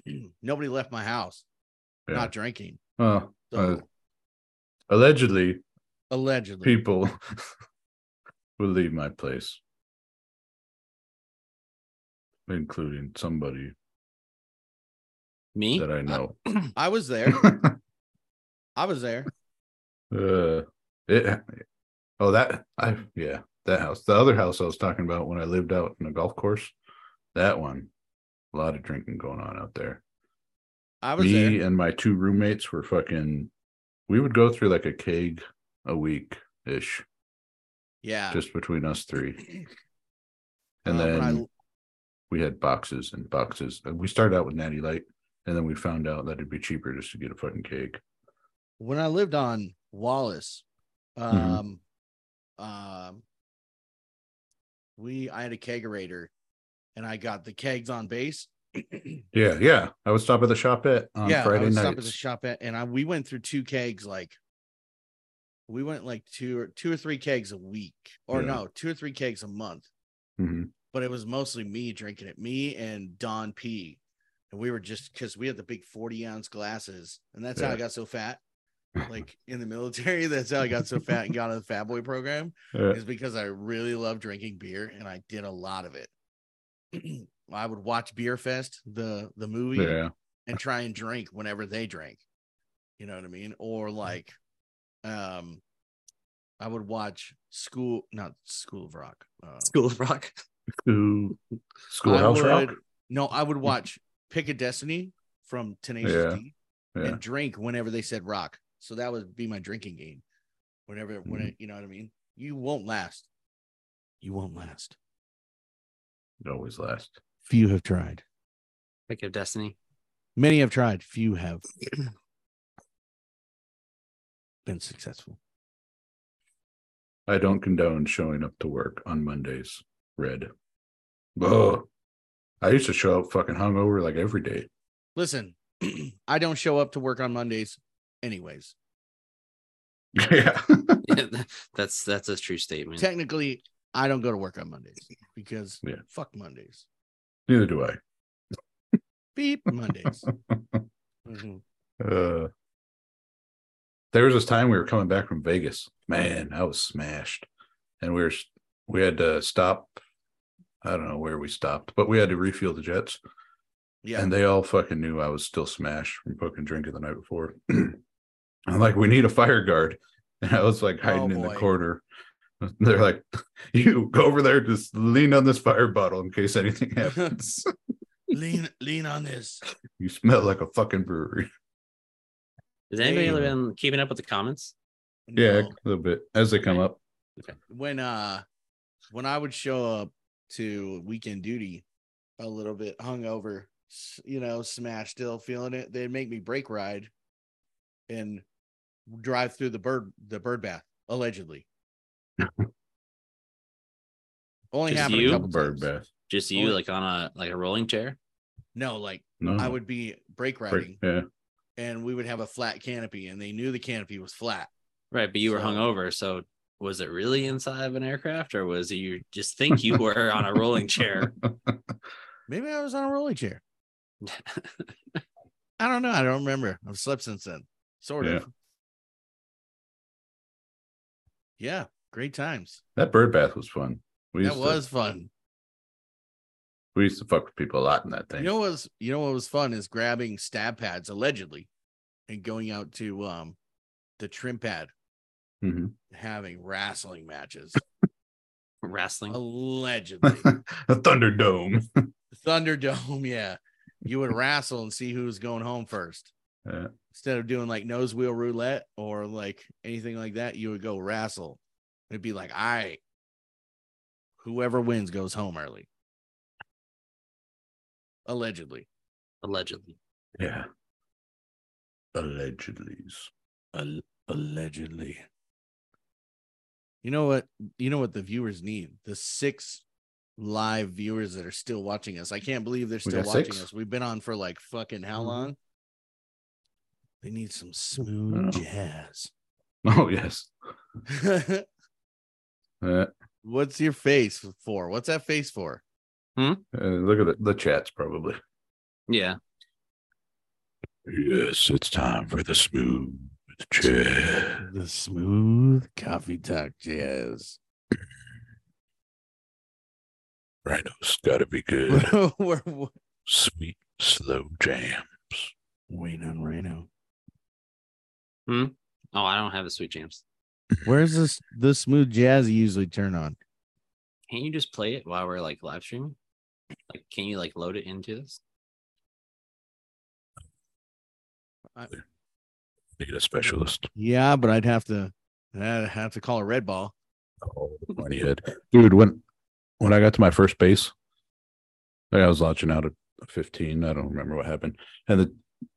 nobody left my house
Yeah.
not drinking.
Well,
So
Uh, allegedly,
allegedly,
people would leave my place, including somebody
Me?
that I know.
I was there. I was there.
Uh, it. Oh, that I yeah, that house. The other house I was talking about when I lived out in a golf course. That one, a lot of drinking going on out there.
I was
Me
there.
and my two roommates were fucking. We would go through like a keg a week ish,
Yeah.
just between us three.
Uh, when
And then
I-
we had boxes and boxes. And We started out with Natty Light, and then we found out that it'd be cheaper just to get a fucking cake.
when I lived on Wallace, um,
Mhm.
um, we I had a kegerator, and I got the kegs on base.
Yeah, yeah. I would stop at the shop at on
yeah, I
Friday
would stop at
nights.
the shop at, and I we went through two kegs like. We went like two or two or three kegs a week, or
Yeah.
no, two or three kegs a month.
Mhm.
But it was mostly me drinking it, me and Don P. And we were just because we had the big 40 ounce glasses, and that's how I
Yeah.
got so fat. like in the military. That's how I got so fat and got on the fat boy program
Yeah.
is because I really love drinking beer and I did a lot of it. I would watch Beer Fest, the the movie,
yeah.
and try and drink whenever they drank. You know what I mean? Or like, um, I would watch School, not School of Rock. Uh,
School of Rock.
School,
I
schoolhouse
would,
rock.
No, I would watch Pick a Destiny from Tenacious
Yeah,
D
Yeah.
and drink whenever they said rock. So that would be my drinking game. Whenever, when it, you know what I mean? You won't last. You won't last.
It always lasts.
Few have tried.
Pick of Destiny.
Many have tried. Few have been successful.
I don't condone showing up to work on Mondays red. Oh, I used to show up fucking hungover like every day.
Listen, I don't show up to work on Mondays, anyways.
Yeah.
Yeah, that's that's a true
Mm.
statement.
Technically, I don't go to work on Mondays because
Yeah.
fuck Mondays.
Neither do I.
Beep Mondays. Mhm.
Uh, there was this time we were coming back from Vegas. Man, I was smashed, and we were we had to stop. I don't know where we stopped, but we had to refuel the jets,
Yeah.
and they all fucking knew I was still smashed from fucking drinking the night before. I'm like, we need a fire guard, and I was like hiding
Oh,
in the
boy.
corner. They're like, you go over there, just lean on this fire bottle in case anything happens.
lean lean on this.
you smell like a fucking brewery.
Has anybody
Hey.
been keeping up with the comments?
Yeah,
No.
a little bit as they come up.
when uh when I would show up to weekend duty a little bit hungover, s- you know, smashed still feeling it, they'd make me brake ride and drive through the bird the bird bath allegedly. Only
Just
happened
you?
a couple
bird
times.
bath.
Just you,
Only-
like on a like a rolling chair.
No, like
No,
I would be brake
Pretty-
riding
Yeah,
and we would have a flat canopy and they knew the canopy was flat.
Right, but you were
So-
hungover, so was it really inside of an aircraft, or was it you just think you were on a rolling chair?
Maybe I was on a rolling chair. I don't know. I don't remember. I've slept since then. Sort
Yeah.
of. Yeah. Great times.
that bird bath was fun. We
That
used
was
to,
fun.
we used to fuck with people a lot in that thing.
You know what was you know what was fun is grabbing stab pads allegedly and going out to um the trim pad
Mhm.
having wrestling matches.
Wrestling.
allegedly.
a Thunderdome.
Thunderdome, yeah. You would wrestle and see who was going home first.
Yeah.
Instead of doing like nose wheel roulette or like anything like that, you would go wrestle. It'd be like, all right, whoever wins goes home early. Allegedly.
allegedly.
Yeah. Allegedly's.
allegedly. You know what? You know what the viewers need? The six live viewers that are still watching us. I can't believe they're still
got
watching
six?
us. We've been on for like fucking how
Mhm.
long? They need some smooth
Oh.
jazz.
Oh yes. Uh,
What's your face for? What's that face for?
uh, look at the, the chats probably.
Yeah,
Yes, it's time for the smooth chat.
The smooth coffee talk jazz.
Rhino's gotta be good.
We're
Sweet slow jam.
waiting on Reno.
Oh, I don't have the sweet jams.
Where's this the smooth jazz you usually turn on?
Can't you just play it while we're like live streaming? Like, can you like load it into this?
Need a specialist.
Yeah, but I'd have to I have to call a red ball.
Oh, money head. Dude, when when I got to my first base, I was launching out at 15. I don't remember what happened. And the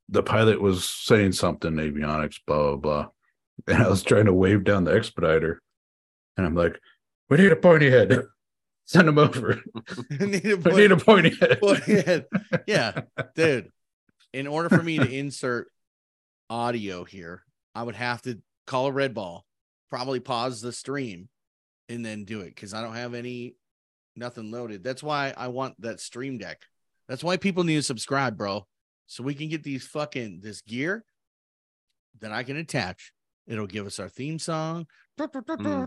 the pilot was saying something, avionics, blah, blah, blah. And I was trying to wave down the expediter. And I'm like, we need a pointy head. Send him over.
I need a
We need a pointy head.
Pointhead. Yeah, dude. In order for me to insert audio here, I would have to call a red ball, probably pause the stream, and then do it because I don't have any nothing loaded. That's why I want that stream deck. That's why people need to subscribe, bro, so we can get these fucking this gear that I can attach. It'll give us our theme song.
Mm.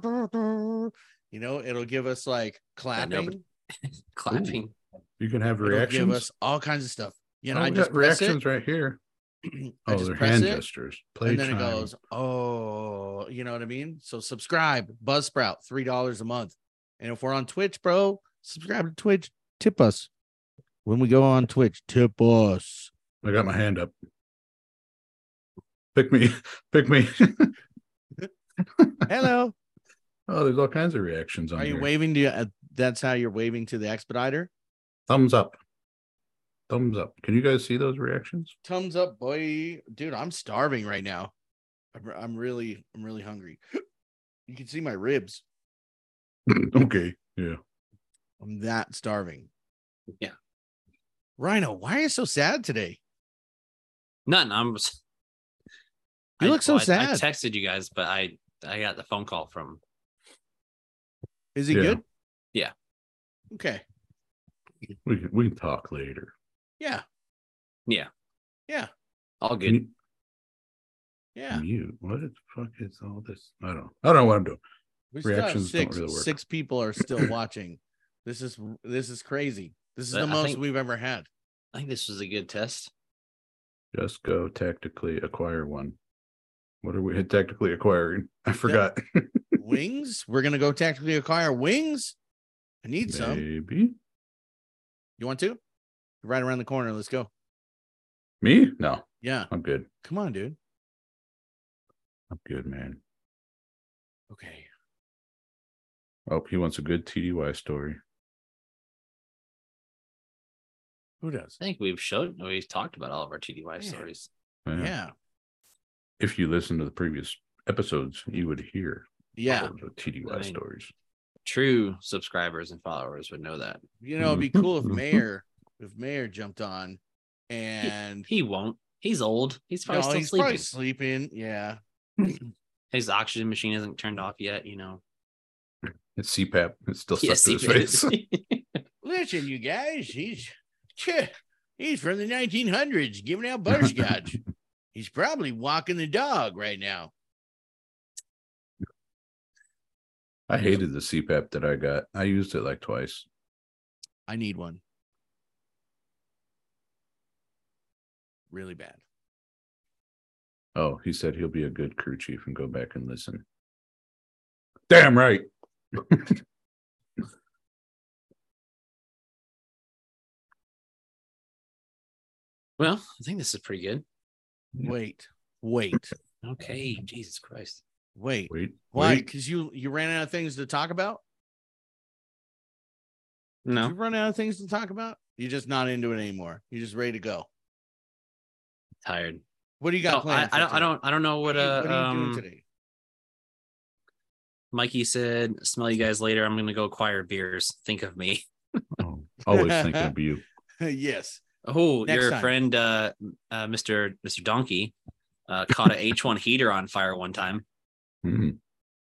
You know, it'll give us like
I know,
clapping.
but- clapping.
You can have
It'll give
reactions.
us all kinds of stuff. You know,
Oh,
I
we
just
got
press
reactions
it,
right here.
I
Oh,
just
they're
press
hand
it,
gestures. Play
and then it
chime.
goes, oh, you know what I mean? So subscribe, Buzzsprout, three dollars a month. And if we're on Twitch, bro, subscribe to Twitch, tip us. When we go on Twitch, tip us.
I got my hand up. Pick me, pick me.
Hello.
oh, there's all kinds of reactions on
Are you
here.
waving to? Uh, that's how you're waving to the expediter.
Thumbs up. Thumbs up. Can you guys see those reactions?
Thumbs up, boy, dude. I'm starving right now. I'm, I'm really, I'm really hungry. You can see my ribs.
okay. Yeah.
I'm that starving.
Yeah.
Rhino, why are you so sad today?
None. I'm. s-
You look so
well, I, I
sad.
texted you guys, but I I got the phone call from
Is he
Yeah.
good?
Yeah.
Okay.
We can we can talk later.
Yeah.
all good.
Mm.
Can you,
Yeah.
you- what the fuck is all this? I don't know. I don't know what I'm doing.
We still have
Reactions don't
six
really work.
six people are still watching. This is this is crazy. This is
But
the
I
most
think-
we've ever had.
I think this was a good test.
Just go tactically acquire one. What are we tactically acquiring? I forgot.
Wings. We're gonna go tactically acquire wings. I need some.
Maybe.
You want to? Right around the corner. Let's go.
Me? No,
Yeah.
I'm good.
Come on, dude.
I'm good, man.
Okay.
Oh, he wants a good TDY story.
Who does?
I think we've showed we've talked about all of our TDY
Yeah.
stories.
Yeah.
Yeah.
If you listen to the previous episodes, you would hear
Yeah.
all of the TDY
Right.
stories.
True subscribers and followers would know that.
You know, it'd be
Mhm.
cool if
Mhm.
Mayor if Mayor jumped on and
He won't. He's old. He's probably
no,
still
he's
sleeping.
probably sleeping. Yeah.
His oxygen machine isn't turned off yet. You know.
It's CPAP. It's still stuck
Yes,
to
he
his face.
is.
Listen, you guys, he's he's from the 1900s, giving out butterscotch. he's probably walking the dog right now.
I hated the CPAP that I got. I used it like twice.
I need one. Really bad.
Oh, he said he'll be a good crew chief and go back and listen. Damn right.
well, I think this is pretty good.
Yeah.
Wait, wait,
Okay, Jesus Christ.
wait.
Wait.
Why?
wait.
Because you you ran out of things to talk about.
No,
You run out of things to talk about. You're just not into it anymore. You're just ready to go.
tired.
What do you
No,
got
I,
planned?
I
for
don't. I
today?
don't. I don't know
What
what.
are you-
Uh,
what are you
um,
doing today?
Mikey said, "Smell you guys later. I'm going to go acquire beers. Think of me."
Oh, always thinking of you.
yes.
Oh,
Next
your
time.
friend, uh, uh, Mister Mister Donkey, uh, caught a H1 heater on fire one time.
Mm.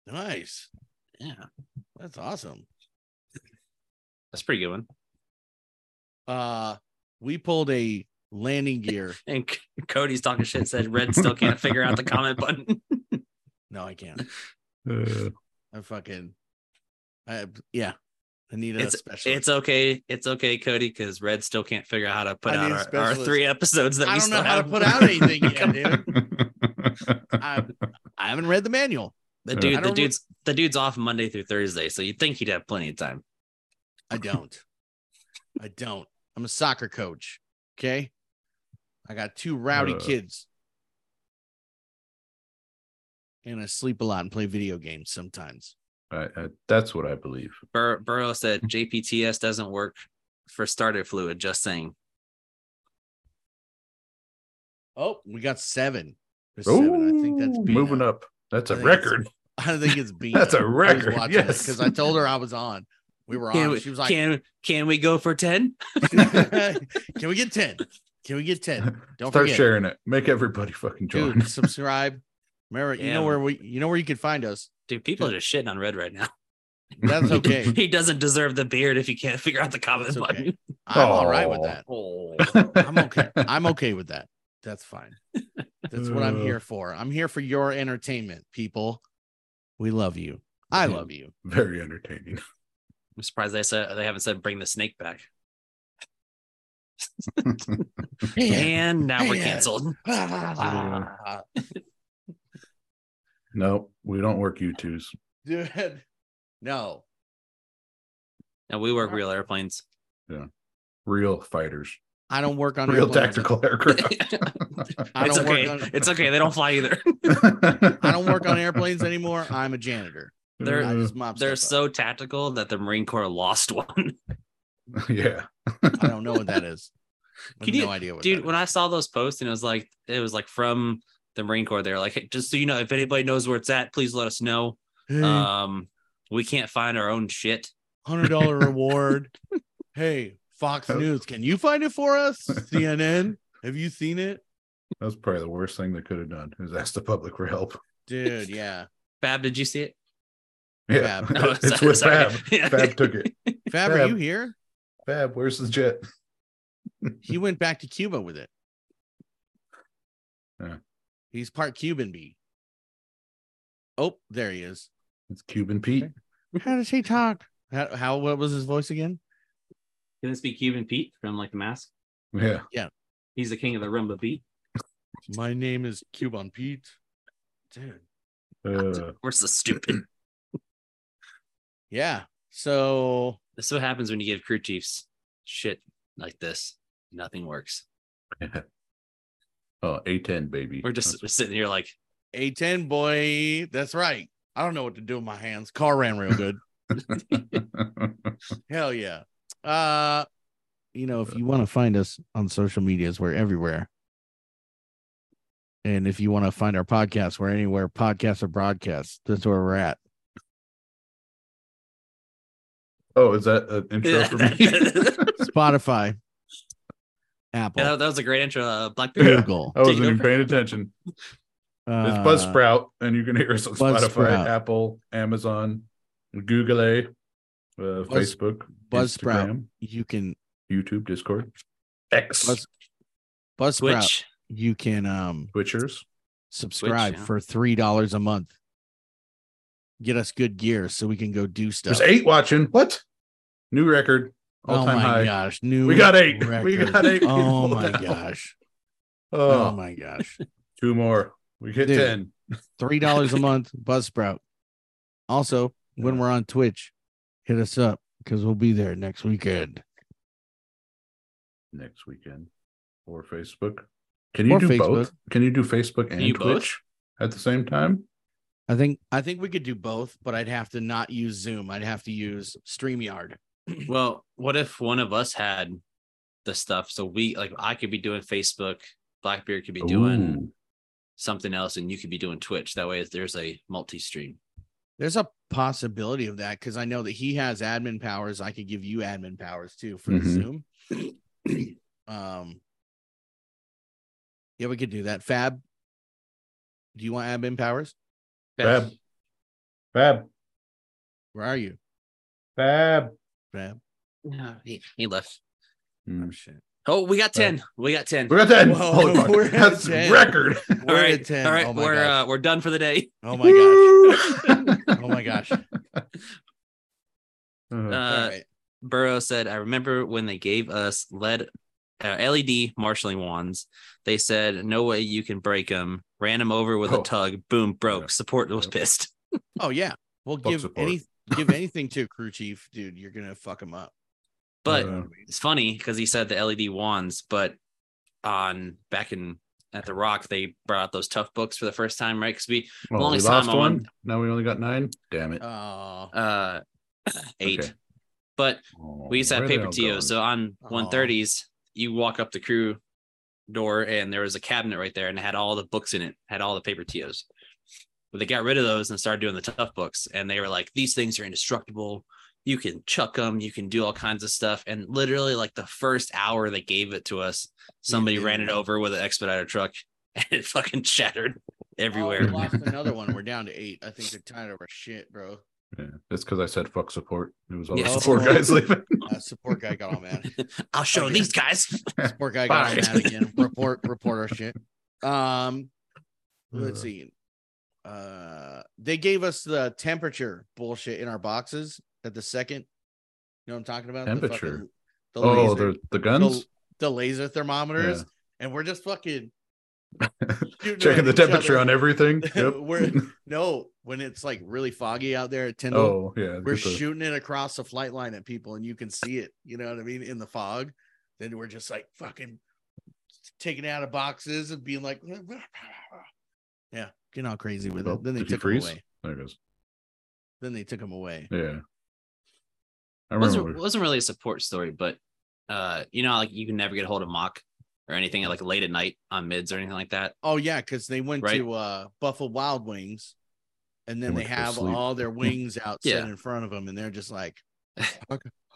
Nice.
Yeah,
That's awesome.
that's a pretty good one.
Uh, we pulled a landing gear.
And C- Cody's talking shit. Said Red still can't figure out the comment button.
No, I can't.
Uh,
I fucking, I yeah. I need a
It's
special.
it's okay. It's okay, Cody, because Red still can't figure out how to put
I need a
out our, our
specialist.
three episodes that
I
we
don't know
still
how
have.
to put out anything yet, dude. I, I haven't read the manual.
The
Yeah.
I
dude, the
don't re-
dude's the dude's off Monday through Thursday, so you'd think he'd have plenty of time.
I don't. I don't. I'm a soccer coach. Okay. I got two rowdy
Uh.
kids. and I sleep a lot and play video games sometimes.
I, I, that's what I believe.
Bur- Burrow said JPTS doesn't work for starter fluid. Just saying.
Oh, we got seven. There's
Oh,
seven. I think that's beat
moving up. That's
I
a
think it's-
record.
I don't think it's beat.
That's a
up. I was
record,
watching
yes.
because I told her I was on. We were
Can
on.
we,
She was like,
can, can we go for 10?
"Can we get ten? Can we get ten? Don't
Start
forget.
sharing it. Make everybody fucking join.
dude subscribe remember you know
Damn.
where we you know where you can find us
Dude, people are just shitting on Red right now.
that's okay
he doesn't deserve the beard if you can't figure out the comment
That's okay. Oh.
button.
i'm all right with
Aw.
that i'm okay i'm okay with that that's fine that's what
Uh.
i'm here for i'm here for your entertainment people we love you i love you
Very entertaining.
I'm surprised they said they haven't said bring the snake back. And now we're
Yeah.
canceled.
No, we don't work you twos.
dude no
Now we work real airplanes.
Real fighters.
i don't work on
Real
airplanes.
tactical aircraft.
I
it's
don't work
okay.
on-
It's okay. They don't fly either.
i don't work on airplanes anymore i'm a janitor
They're-
I just mop
They're
stuff up.
so tactical that the Marine Corps lost one.
Uh, yeah.
i don't know what that is I have
Can you-
no idea what
Dude,
that
when
is.
I saw those posts and it was like it was like from the Marine Corps, they're like, hey, just so you know, if anybody knows where it's at, please let us know. Um, we can't find our own shit.
hundred dollar reward. hey, Fox
Oh.
News, can you find it for us? CNN, have you seen it,
That's probably the worst thing they could have done is ask the public for help.
dude? Yeah,
Fab, did you see it?
Yeah.
Fab.
No,
it's
sorry-
with
sorry.
Fab.
Yeah.
Fab took it.
Fab, are
Fab.
you here?
Fab, where's the jet?
He went back to Cuba with it.
Yeah.
He's part Cuban bee. Oh, there he is.
It's Cuban Pete.
How does he talk? How, how what was his voice again?
Can this be Cuban Pete from like the mask?
Yeah.
He's the king of the rumba beat.
My name is Cuban Pete. Dude.
Uh,
We're so stupid.
Yeah. So
this is what happens when you give crew chiefs shit like this. Nothing works.
oh, A10, baby.
We're just sitting here like,
A10 boy. That's right. I don't know what to do with my hands. Car ran real good. Hell yeah. Uh you know, if you want to find us on social medias, we're everywhere. And if you want to find our podcast, we're anywhere podcasts or broadcasts. That's where we're at.
oh, is that an intro for me?
Spotify, Apple,
yeah, that was a great intro. Uh, Black
Yeah.
Bear.
Google.
I wasn't even
over.
paying attention. It's Buzzsprout, and you can hear us on Spotify,
Uh, Buzzsprout.
Apple, Amazon, Google, A, uh,
Buzz-
Facebook,
Buzzsprout.
Instagram,
You can
YouTube, Discord, X,
Buzz, Buzzsprout.
Twitch.
You can um
Twitchers.
subscribe
yeah.
for three dollars a month. Get us good gear so we can go do stuff.
There's eight watching. What? New record. All
oh
time
my
high.
gosh! New
We got eight. We
record.
got eight.
Oh
people
my
now.
gosh!
Oh,
oh my gosh!
two more. We hit
Dude.
10.
three dollars a month buzzsprout also when we're on twitch hit us up because we'll be there next weekend
next weekend or Facebook. Can you
Or
do
Facebook.
both? Can you do Facebook and
you both?
Twitch at the same time?
i think i think we could do both but i'd have to not use zoom i'd have to use streamyard
Well, what if one of us had the stuff? So we like I could be doing Facebook, Blackbeard could be doing
Ooh.
something else, and you could be doing Twitch. That way, there's a multi-stream.
there's a possibility of that because i know that he has admin powers i could give you admin powers too for
Mhm.
zoom um yeah we could do that fab do you want admin powers
Fab. Fab.
where are you
Fab.
fab
No, he, he left.
oh shit
Oh, we got ten. We got ten.
We got 10.
Whoa,
Holy fuck.
we're at
That's
10.
record.
We're
all right,
at 10.
all right.
Oh my
we're
gosh.
uh, we're done for the day.
oh my gosh
gosh.
Oh my gosh.
Uh, Burrow said, "I remember when they gave us lead uh, LED marshalling wands. They said no way you can break them. Ran them over with
Oh.
a tug. Boom, broke.
Yeah.
Support was
Yeah.
pissed.
Oh yeah. We'll
Fuck
give
support.
any give anything to a crew chief, dude. You're gonna fuck him up.
But
Yeah.
E it's funny because he said the LED wands, but on back in at the Rock, they brought out those tough books for the first time, right? Because we
Well, we
Longest
lost
time I
one.
won.
Now we only got nine. Damn it.
Oh,
uh eight,
Okay.
but
Oh,
we used to have
where they
paper
all going?
TOs. So on
Aw.
130s, you walk up the crew door and there was a cabinet right there and it had all the books in it, had all the paper TOs. But they got rid of those and started doing the tough books. And they were like, these things are indestructible. You can chuck them, you can do all kinds of stuff. And literally, like the first hour they gave it to us, somebody
did.
ran it over with an expediter truck and it fucking shattered
Oh,
everywhere.
we lost another one. We're down to eight. I think they're tired of our shit, bro.
Yeah, that's because I said fuck support. It was all
Yeah.
the support guys leaving.
Uh, support guy got all mad.
I'll show
Okay.
these guys.
Support guy got all
Bye.
mad again. Report, report our shit. Um, let's see. Uh, they gave us the temperature bullshit in our boxes at the second. You know what I'm talking about? The
Temperature?
fucking- The,
Oh,
laser,
the the guns.
the laser thermometers, and we're just fucking shooting at
Checking the
each other.
temperature on everything. Yep.
We're- No, when it's like really foggy out there at Tyndall,
oh yeah.
we're
get the-
shooting it across the flight line at people and you can see it you know what i mean in the fog then we're just like fucking taking it out of boxes and being like yeah getting all crazy with
Well,
it then they
did you
took
freeze?
him away
There it goes.
then they took him away
Yeah. I remember.
wasn't, wasn't really a support story, but uh, you know, like you can never get a hold of mock or anything like late at night on mids or anything like that.
oh yeah because they went
Right.
to uh buffalo wild wings and then
They
they
went to go
have
sleep.
all their wings out
Yeah.
set in front of them and they're just like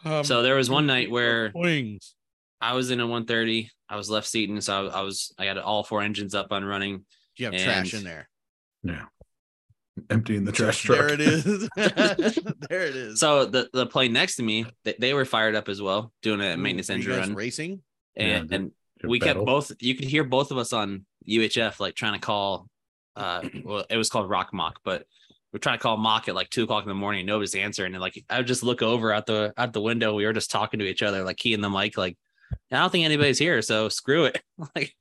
Um,
so there was one night where
wings.
I was in a 130, I was left seating, so I, I was I had all four engines up on running.
you have trash
And-
in there
emptying the trash truck.
there it is there it is
So the the plane next to me, they, they were fired up as well, doing a maintenance
Are you
engine
guys
run,
racing
and,
Yeah,
and
Your
we
battle.
kept both. You could hear both of us on UHF, like trying to call. Uh, well, it was called Rock Mock, but we're trying to call Mock at like two o'clock in the morning. and Nobody's answering, and like I would just look over out the out the window. We were just talking to each other, like he and the mic. Like I don't think anybody's here, so screw it. like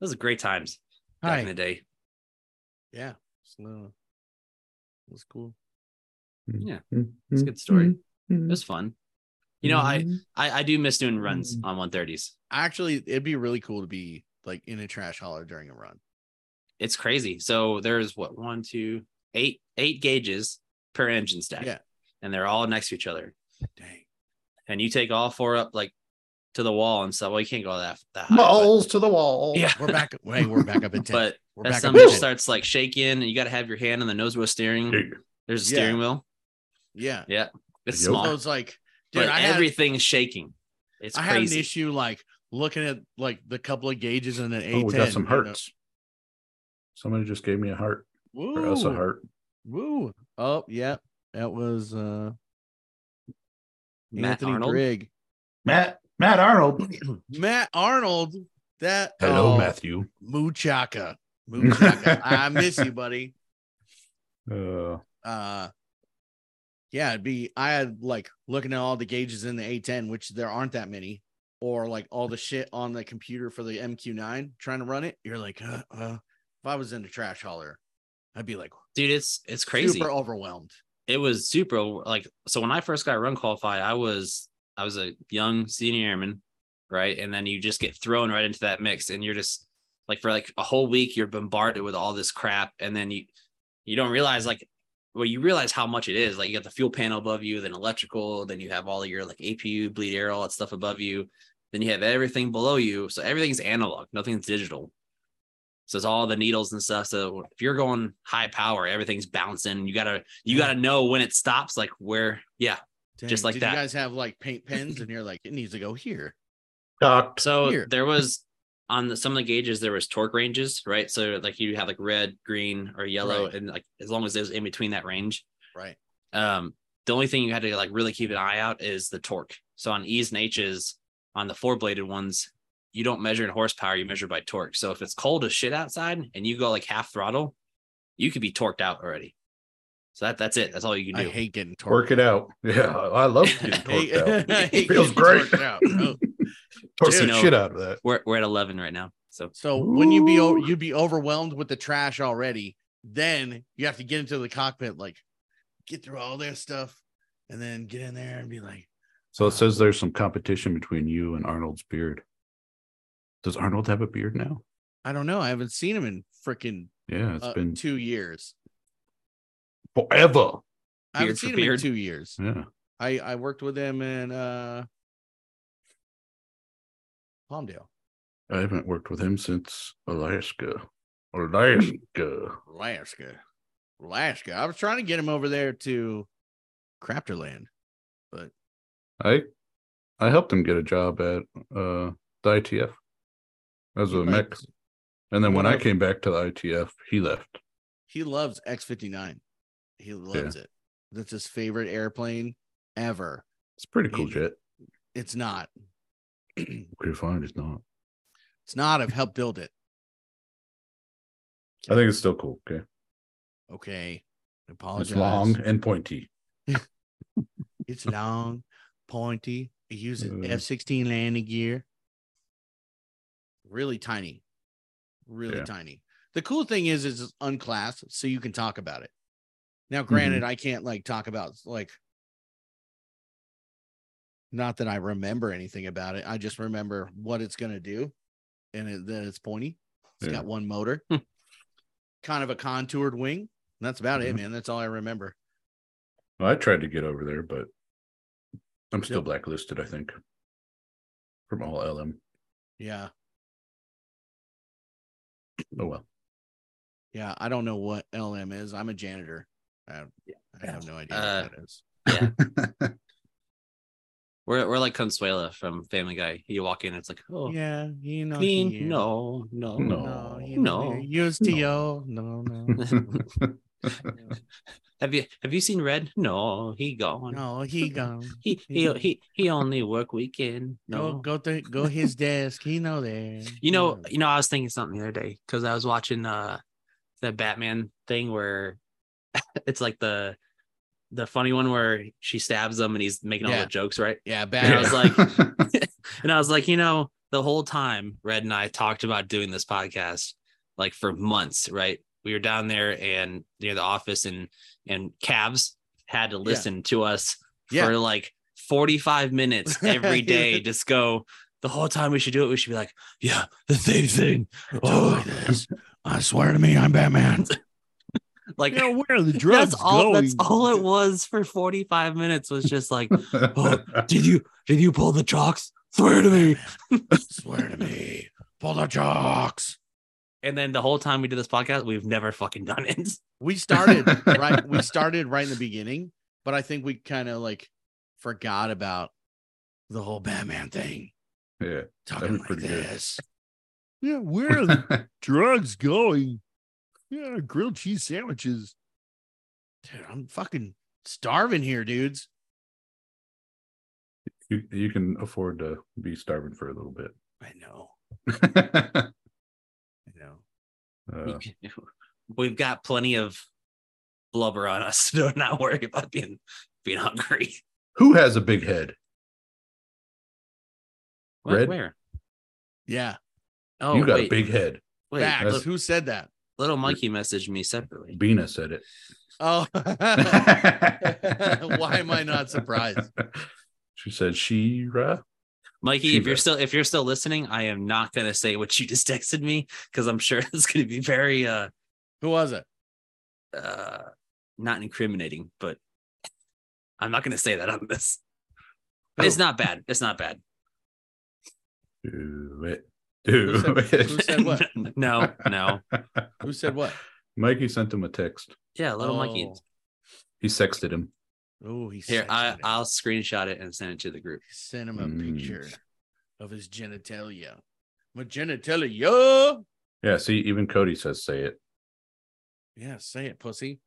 those are great times back in
hi
the day.
yeah so, it was cool
Yeah, it's a good story.
Mm-hmm.
It was fun. You know, I I, I do miss doing runs
Mhm.
on one thirties.
actually it'd be really cool to be like in a trash hauler during a run
It's crazy. So there's what one, two, eight, eight gauges per engine stack.
Yeah.
And they're all next to each other.
dang
and you take all four up like to the wall and stuff. Well, you can't go that that high.
balls to the wall.
Yeah.
we're back hey we're back up in 10
But,
we're
but as
back up
some
in
bitch
10.
starts like shaking, and you got to have your hand on the nose wheel steering. There's a
Yeah.
steering wheel.
yeah
It's
Yep.
small,
so it's like dude
but
i had
everything's shaking. It's
i had an
crazy.
issue like looking at like the couple of gauges and an a
Oh, we got some hearts. Somebody just gave me a heart
woo,
or us a heart.
woo oh yeah that was uh
Matt
anthony
Arnold.
grigg
Matt Matt Arnold.
matt arnold that
Hello,
oh,
Matthew.
muchaka muchaka i miss you buddy
Uh,
uh yeah it'd be i had like looking at all the gauges in the a10 which there aren't that many or like all the shit on the computer for the mq9 trying to run it you're like uh, uh. if i was in a trash hauler i'd be like
dude. It's it's crazy.
super overwhelmed
It was super like so. When I first got run qualified, I was I was a young senior airman, right? And then you just get thrown right into that mix, and you're just like for like a whole week you're bombarded with all this crap, and then you you don't realize like well you realize how much it is like you got the fuel panel above you then electrical then you have all your like apu bleed air all that stuff above you then you have everything below you so everything's analog nothing's digital so it's all the needles and stuff so if you're going high power everything's bouncing you gotta you
Yeah.
gotta know when it stops like where yeah Just
Dang,
like
did
that.
you guys have like paint pens and you're like it needs to go here
doc.
So
Here.
there was on the, some of the gauges there was torque ranges, right? So like you have like red, green, or yellow,
Right.
and like as long as it was in between that range,
Right.
Um, the only thing you had to like really keep an eye out is the torque. So on E's and H's, on the four bladed ones, you don't measure in horsepower, you measure by torque. So if it's cold as shit outside and you go like half throttle, you could be torqued out already. So that that's it. That's all you
i
can do.
hate getting torqued
Work it out. Yeah, I love getting
Hey-
torqued out.
I hate
Feels
getting
great.
torqued out. Oh.
Torque
Dude,
the
no.
shit out of that.
we're we're at eleven right now. So
So wouldn't you be o-
Ooh.
you'd be overwhelmed with the trash already? Then you have to get into the cockpit, like get through all their stuff, and then get in there and be like,
So it says there's some competition between you and Arnold's beard. Does Arnold have a beard now?
I don't know. I haven't seen him in freaking
Yeah, it's
uh,
been
two years.
forever.
I haven't
Beard for
seen him
beard.
in two years.
Yeah.
I I worked with him in uh Palmdale,
I haven't worked with him since Alaska. Alaska.
Alaska, Alaska. I was trying to get him over there to Crafterland.
I I helped him get a job at uh the ITF as a mech. And then when I came back to the ITF, he left.
He loves X fifty nine. He loves it. That's his favorite airplane ever.
It's a pretty cool
He-
jet.
It's not. it's
Pretty fine, it's not.
not. I've helped build it.
I think it's still cool. Okay.
Okay. I
It's
apologize.
long and pointy.
It's
Mm-hmm.
long, pointy. It uses
Uh.
F sixteen landing gear. Really tiny, really
Yeah.
tiny. The cool thing is, is it's unclassed, so you can talk about it. Now, granted,
Mm-hmm.
I can't like talk about like. Not that I remember anything about it. I just remember what it's going to do, and it, that it's pointy. It's
Yeah.
got one motor, kind of a contoured wing. and That's about
Mm-hmm.
it, man. That's all I remember.
Well, I tried to get over there, but I'm still
Yep.
blacklisted, I think. From all LM.
Yeah.
Oh well.
Yeah, I don't know what LM is. I'm a janitor. I, I have no idea
Uh,
what that is.
We're we're like Consuela from Family Guy. You walk in, it's like, oh,
yeah, you know,
clean? No, no,
No.
you know,
No.
Use to no, no,
Have you have you seen Red? No, he gone.
no. He gone.
He he he he only work weekend.
No,
No.
go to go his desk. He know there.
You know,
Yeah.
you know, I was thinking something the other day because I was watching uh that Batman thing where it's like the the funny one where she stabs him and he's making all
Yeah.
the jokes, right?
yeah,
And I
bad.
was
Yeah.
like, and I was like, you know, the whole time Red and I talked about doing this podcast, like for months, right? We were down there and near the office, and and Cavs had to listen to us
Yeah.
for like 45 minutes every day, just go. The whole time we should do it, we should be like, yeah, the same thing. Oh,
this. I swear to me, I'm Batman.
like
You know, where are the drugs
that's all.
going?
That's all it was for 45 minutes. Was just like, did you did you pull the chocks? Swear to me.
swear to me, pull the jocks.
And then the whole time we did this podcast, we've never fucking done it.
We started right. We started right in the beginning, but I think we kind of like forgot about the whole Batman thing.
Yeah.
Talking
was
like
pretty good.
this.
Yeah, where are the drugs going? Yeah, grilled cheese sandwiches.
dude, I'm fucking starving here, dudes.
you you can afford to be starving for a little bit.
I know.
uh,
I know.
We've got plenty of blubber on us, so do not worry about being being hungry.
who has a big head?
What?
Red?
Where?
Yeah.
Oh,
you got
wait,
a big head.
wait.
Facts.
that's-
Who said that?
Little Mikey messaged me separately.
Bina said it.
Oh, Why am I not surprised?
She said Shira.
Mikey, if
Shiva.
you're still if you're still listening, I am not gonna say what you just texted me because I'm sure it's gonna be very uh
Who was it?
uh not incriminating, but I'm not gonna say that on this. It's
Oh.
not bad. It's not bad.
Do it. Do
Who said- who
it.
said what?
no, no.
Who said what?
Mikey sent him a text.
Yeah, little Mikey.
He sexted him.
Oh, he
Here,
sent
I,
him a-
I'll screenshot it and send it to the group.
he sent him a
Mm.
picture of his genitalia. My genitalia.
Yeah, see, even Cody says say it.
Yeah, say it, pussy.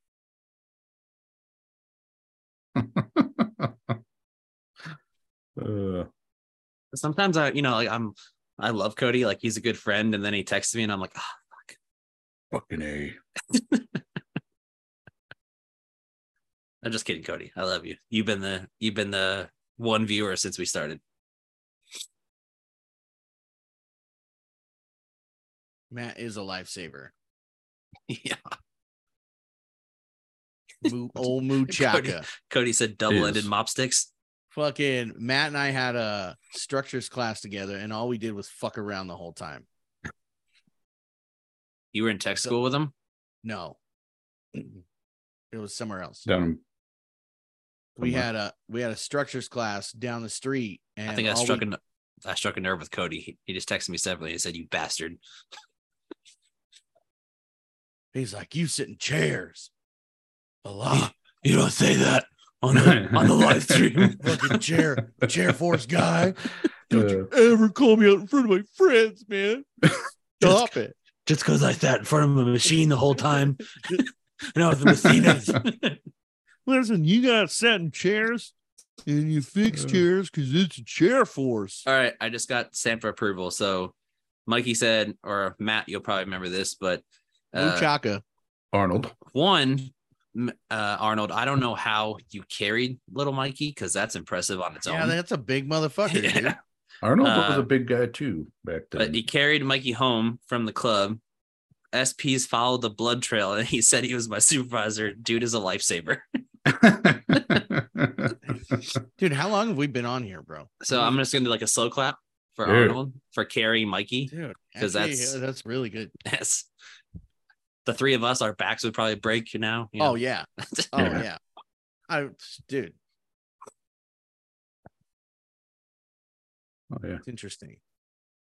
Uh,
Sometimes I, you know, like I'm, I love Cody, like he's a good friend, and then he texts me, and I'm like, "Ah,
fucking A.
I'm just kidding, Cody. I love you. You've been the, you've been the one viewer since we started.
Matt is a lifesaver.
yeah.
Moo, old Moochaka.
Cody said double-ended
Is.
mop sticks.
Fucking Matt and I had a structures class together, and all we did was fuck around the whole time.
You were in tech school with him?
No, it was somewhere else.
down in-
we
somewhere.
had a we had a structures class down the street, and
I think I
all we-
struck a I struck a nerve with Cody. He, he just texted me separately and said, "You bastard."
He's like, "You sit in chairs, a lot
You don't say that on
fucking chair chair force guy. Don't you ever call me out in front of my friends, man? Stop it."
just because I sat in front of a machine the whole time. no, the machine
Listen, you got set in chairs and you fix
Uh.
chairs because it's a chair force.
All right, I just got sent for approval. So, Mikey said, or Matt, you'll probably remember this, but
Blue
uh,
Chaka.
Arnold.
one, m- uh, Arnold, I don't know how you carried little Mikey because that's impressive on its
Yeah,
own.
that's a big motherfucker.
Yeah.
dude.
Arnold was
Uh,
a big guy too back
But
then.
he carried Mikey home from the club. SPs followed the blood trail, and he said he was my supervisor. Dude is a lifesaver.
Dude, how long have we been on here, bro?
So I'm just gonna do like a slow clap for
Dude.
Arnold for carrying Mikey.
Dude,
'Cause
actually,
that's-
yeah, that's really good.
Yes. The three of us, our backs would probably break now. you
Oh
know?
yeah. Oh
Yeah.
yeah. I dude,
oh yeah.
it's interesting.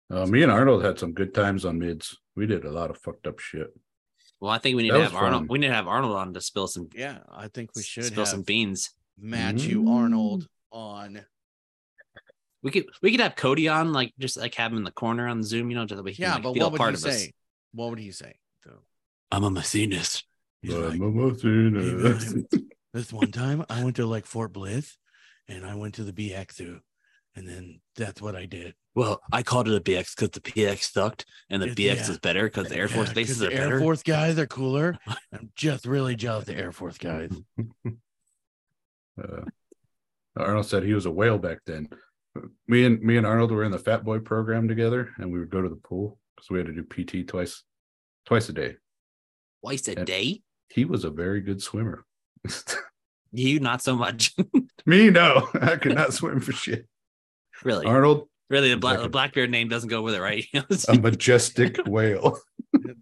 Uh, me and Arnold had some good times on mids. We did a lot of fucked up shit.
Well, I think we need
That
to
was
have Arnold.
fun.
We need to have Arnold on to spill some.
Yeah, I think we should
spill
have
some beans.
Matthew Arnold on.
We could we could have Cody on, like just like have him in the corner on Zoom, you know, so that we can
Yeah,
like,
but
feel a
what would
part
he
of
say?
us.
What would he say? though?
I'm a machinist.
He's
But
like,
I'm a Martinez.
this one time I went to like Fort Bliss, and I went to the BXU, and then that's what I did.
Well, I called it a BX because the PX sucked, and the
Yeah,
BX
yeah.
is better because the Air
Yeah,
Force
'cause
bases
the
are
Air
better.
Force guys are cooler. I'm just really jealous of the Air Force guys.
Uh, Arnold said he was a whale back then. Me and me and Arnold were in the Fat Boy program together, and we would go to the pool because we had to do PT twice, twice a day.
Twice a
Yeah.
day,
He was a very good swimmer.
you not so much,
me, no, I could not swim for shit.
really.
Arnold,
really, the, black, the
Second.
Blackbeard name doesn't go with it, right?
a majestic whale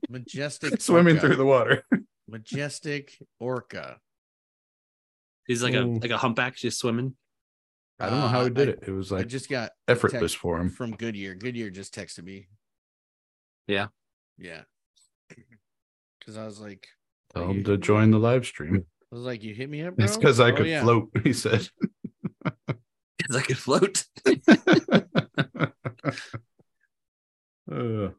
Majestic
swimming
orca.
through the water.
majestic orca.
He's like a
Oh.
like a humpback just swimming.
I don't know
Uh,
how he did
I-
it. It was
I
like
just got
effortless for him.
from Goodyear. Goodyear just texted me.
Yeah.
Yeah. Cause I was like,
Tell him to join the live stream.
I was like, you hit me up, bro.
It's because I
Oh,
could
yeah.
float. He said.
I could float.
Uh,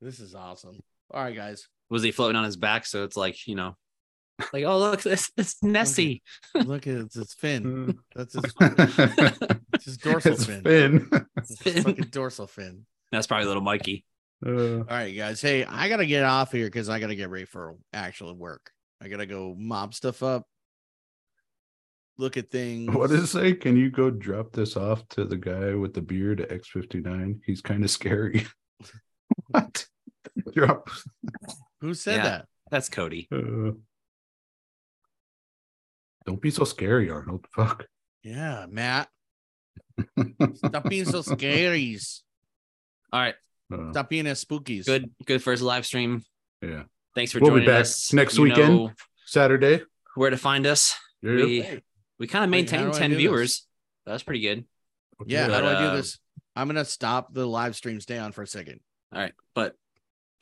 This is awesome. All right, guys.
Was he floating on his back? So it's like you know, like oh look, it's, it's Nessie.
Look at it's his fin.
uh.
That's his,
It's
it's his dorsal fin.
Finn.
It's his fucking dorsal fin.
That's probably little Mikey.
Uh,
All right, guys. Hey, I gotta get off here because I gotta get ready for actual work. I gotta go mop stuff up, look at things.
what does it say? Can you go drop this off to the guy with the beard at X59? He's kind of scary. what? Drop.
who said
Yeah.
that?
That's Cody.
uh, don't be so scary, Arnold. Fuck.
Yeah, Matt. Stop being so scaries.
All right,
Uh,
Stop being as spookies.
good good first live stream.
Yeah.
Thanks for
We'll be
joining
back
us
next
You
weekend.
know
Saturday.
where to find us?
Yeah.
We
Hey,
we kind of
Wait, how
maintained
do I
ten
do
viewers. That's pretty good.
Yeah,
But,
how do I
uh,
do this? I'm gonna stop the live stream. Stay on for a second.
All right, but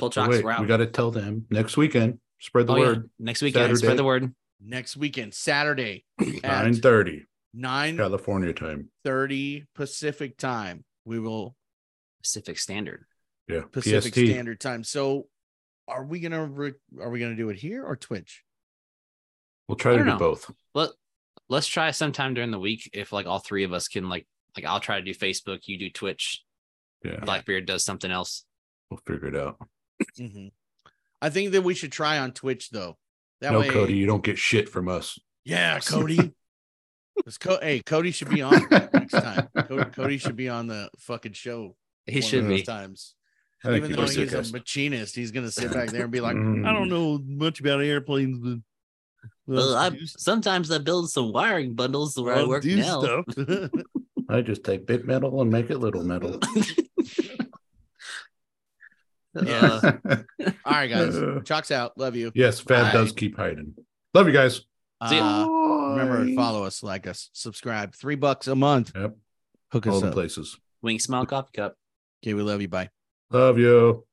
pull
Oh,
chocks.
wait,
we're out.
we got to tell them next weekend. Spread the
oh, yeah.
word.
Next weekend,
Saturday.
spread the word.
Next weekend, Saturday at
Nine thirty,
nine
California time.
thirty Pacific time. We will
Pacific Standard.
Yeah,
Pacific
PST.
Standard Time. So, are we gonna re- are we gonna do it here or Twitch?
We'll try
I
to do
don't know.
both.
Let Let's try sometime during the week if like all three of us can like like I'll try to do Facebook, you do Twitch,
Yeah,
Blackbeard does something else.
we'll figure it out.
Mhm. I think that we should try on Twitch though. That
no,
way,
Cody, you don't get shit from us.
Yeah, Cody. Let's Co- hey, Cody should be on next time. Co- Cody should be on the fucking show.
He
one of
should
those
be.
times.
I think Mm.
Even
you
though
guys are
he's a
guests.
machinist, he's gonna sit back there and be like,
I don't know much about airplanes. But, uh,
Well, I,
do
sometimes I build some wiring bundles where I
I'll
work
do
now.
stuff.
I just take bit metal and make it little metal.
Yeah.
Uh,
All right, guys.
Uh.
Chalks out. Love you.
yes, Fab
Bye.
does keep hiding. Love you guys.
See ya.
Uh, remember,
Bye.
follow us, like us, subscribe. Three bucks a month.
Yep.
Hook
all
us
the
up.
places.
wing smile coffee cup.
Okay, we love you. Bye.
Love you.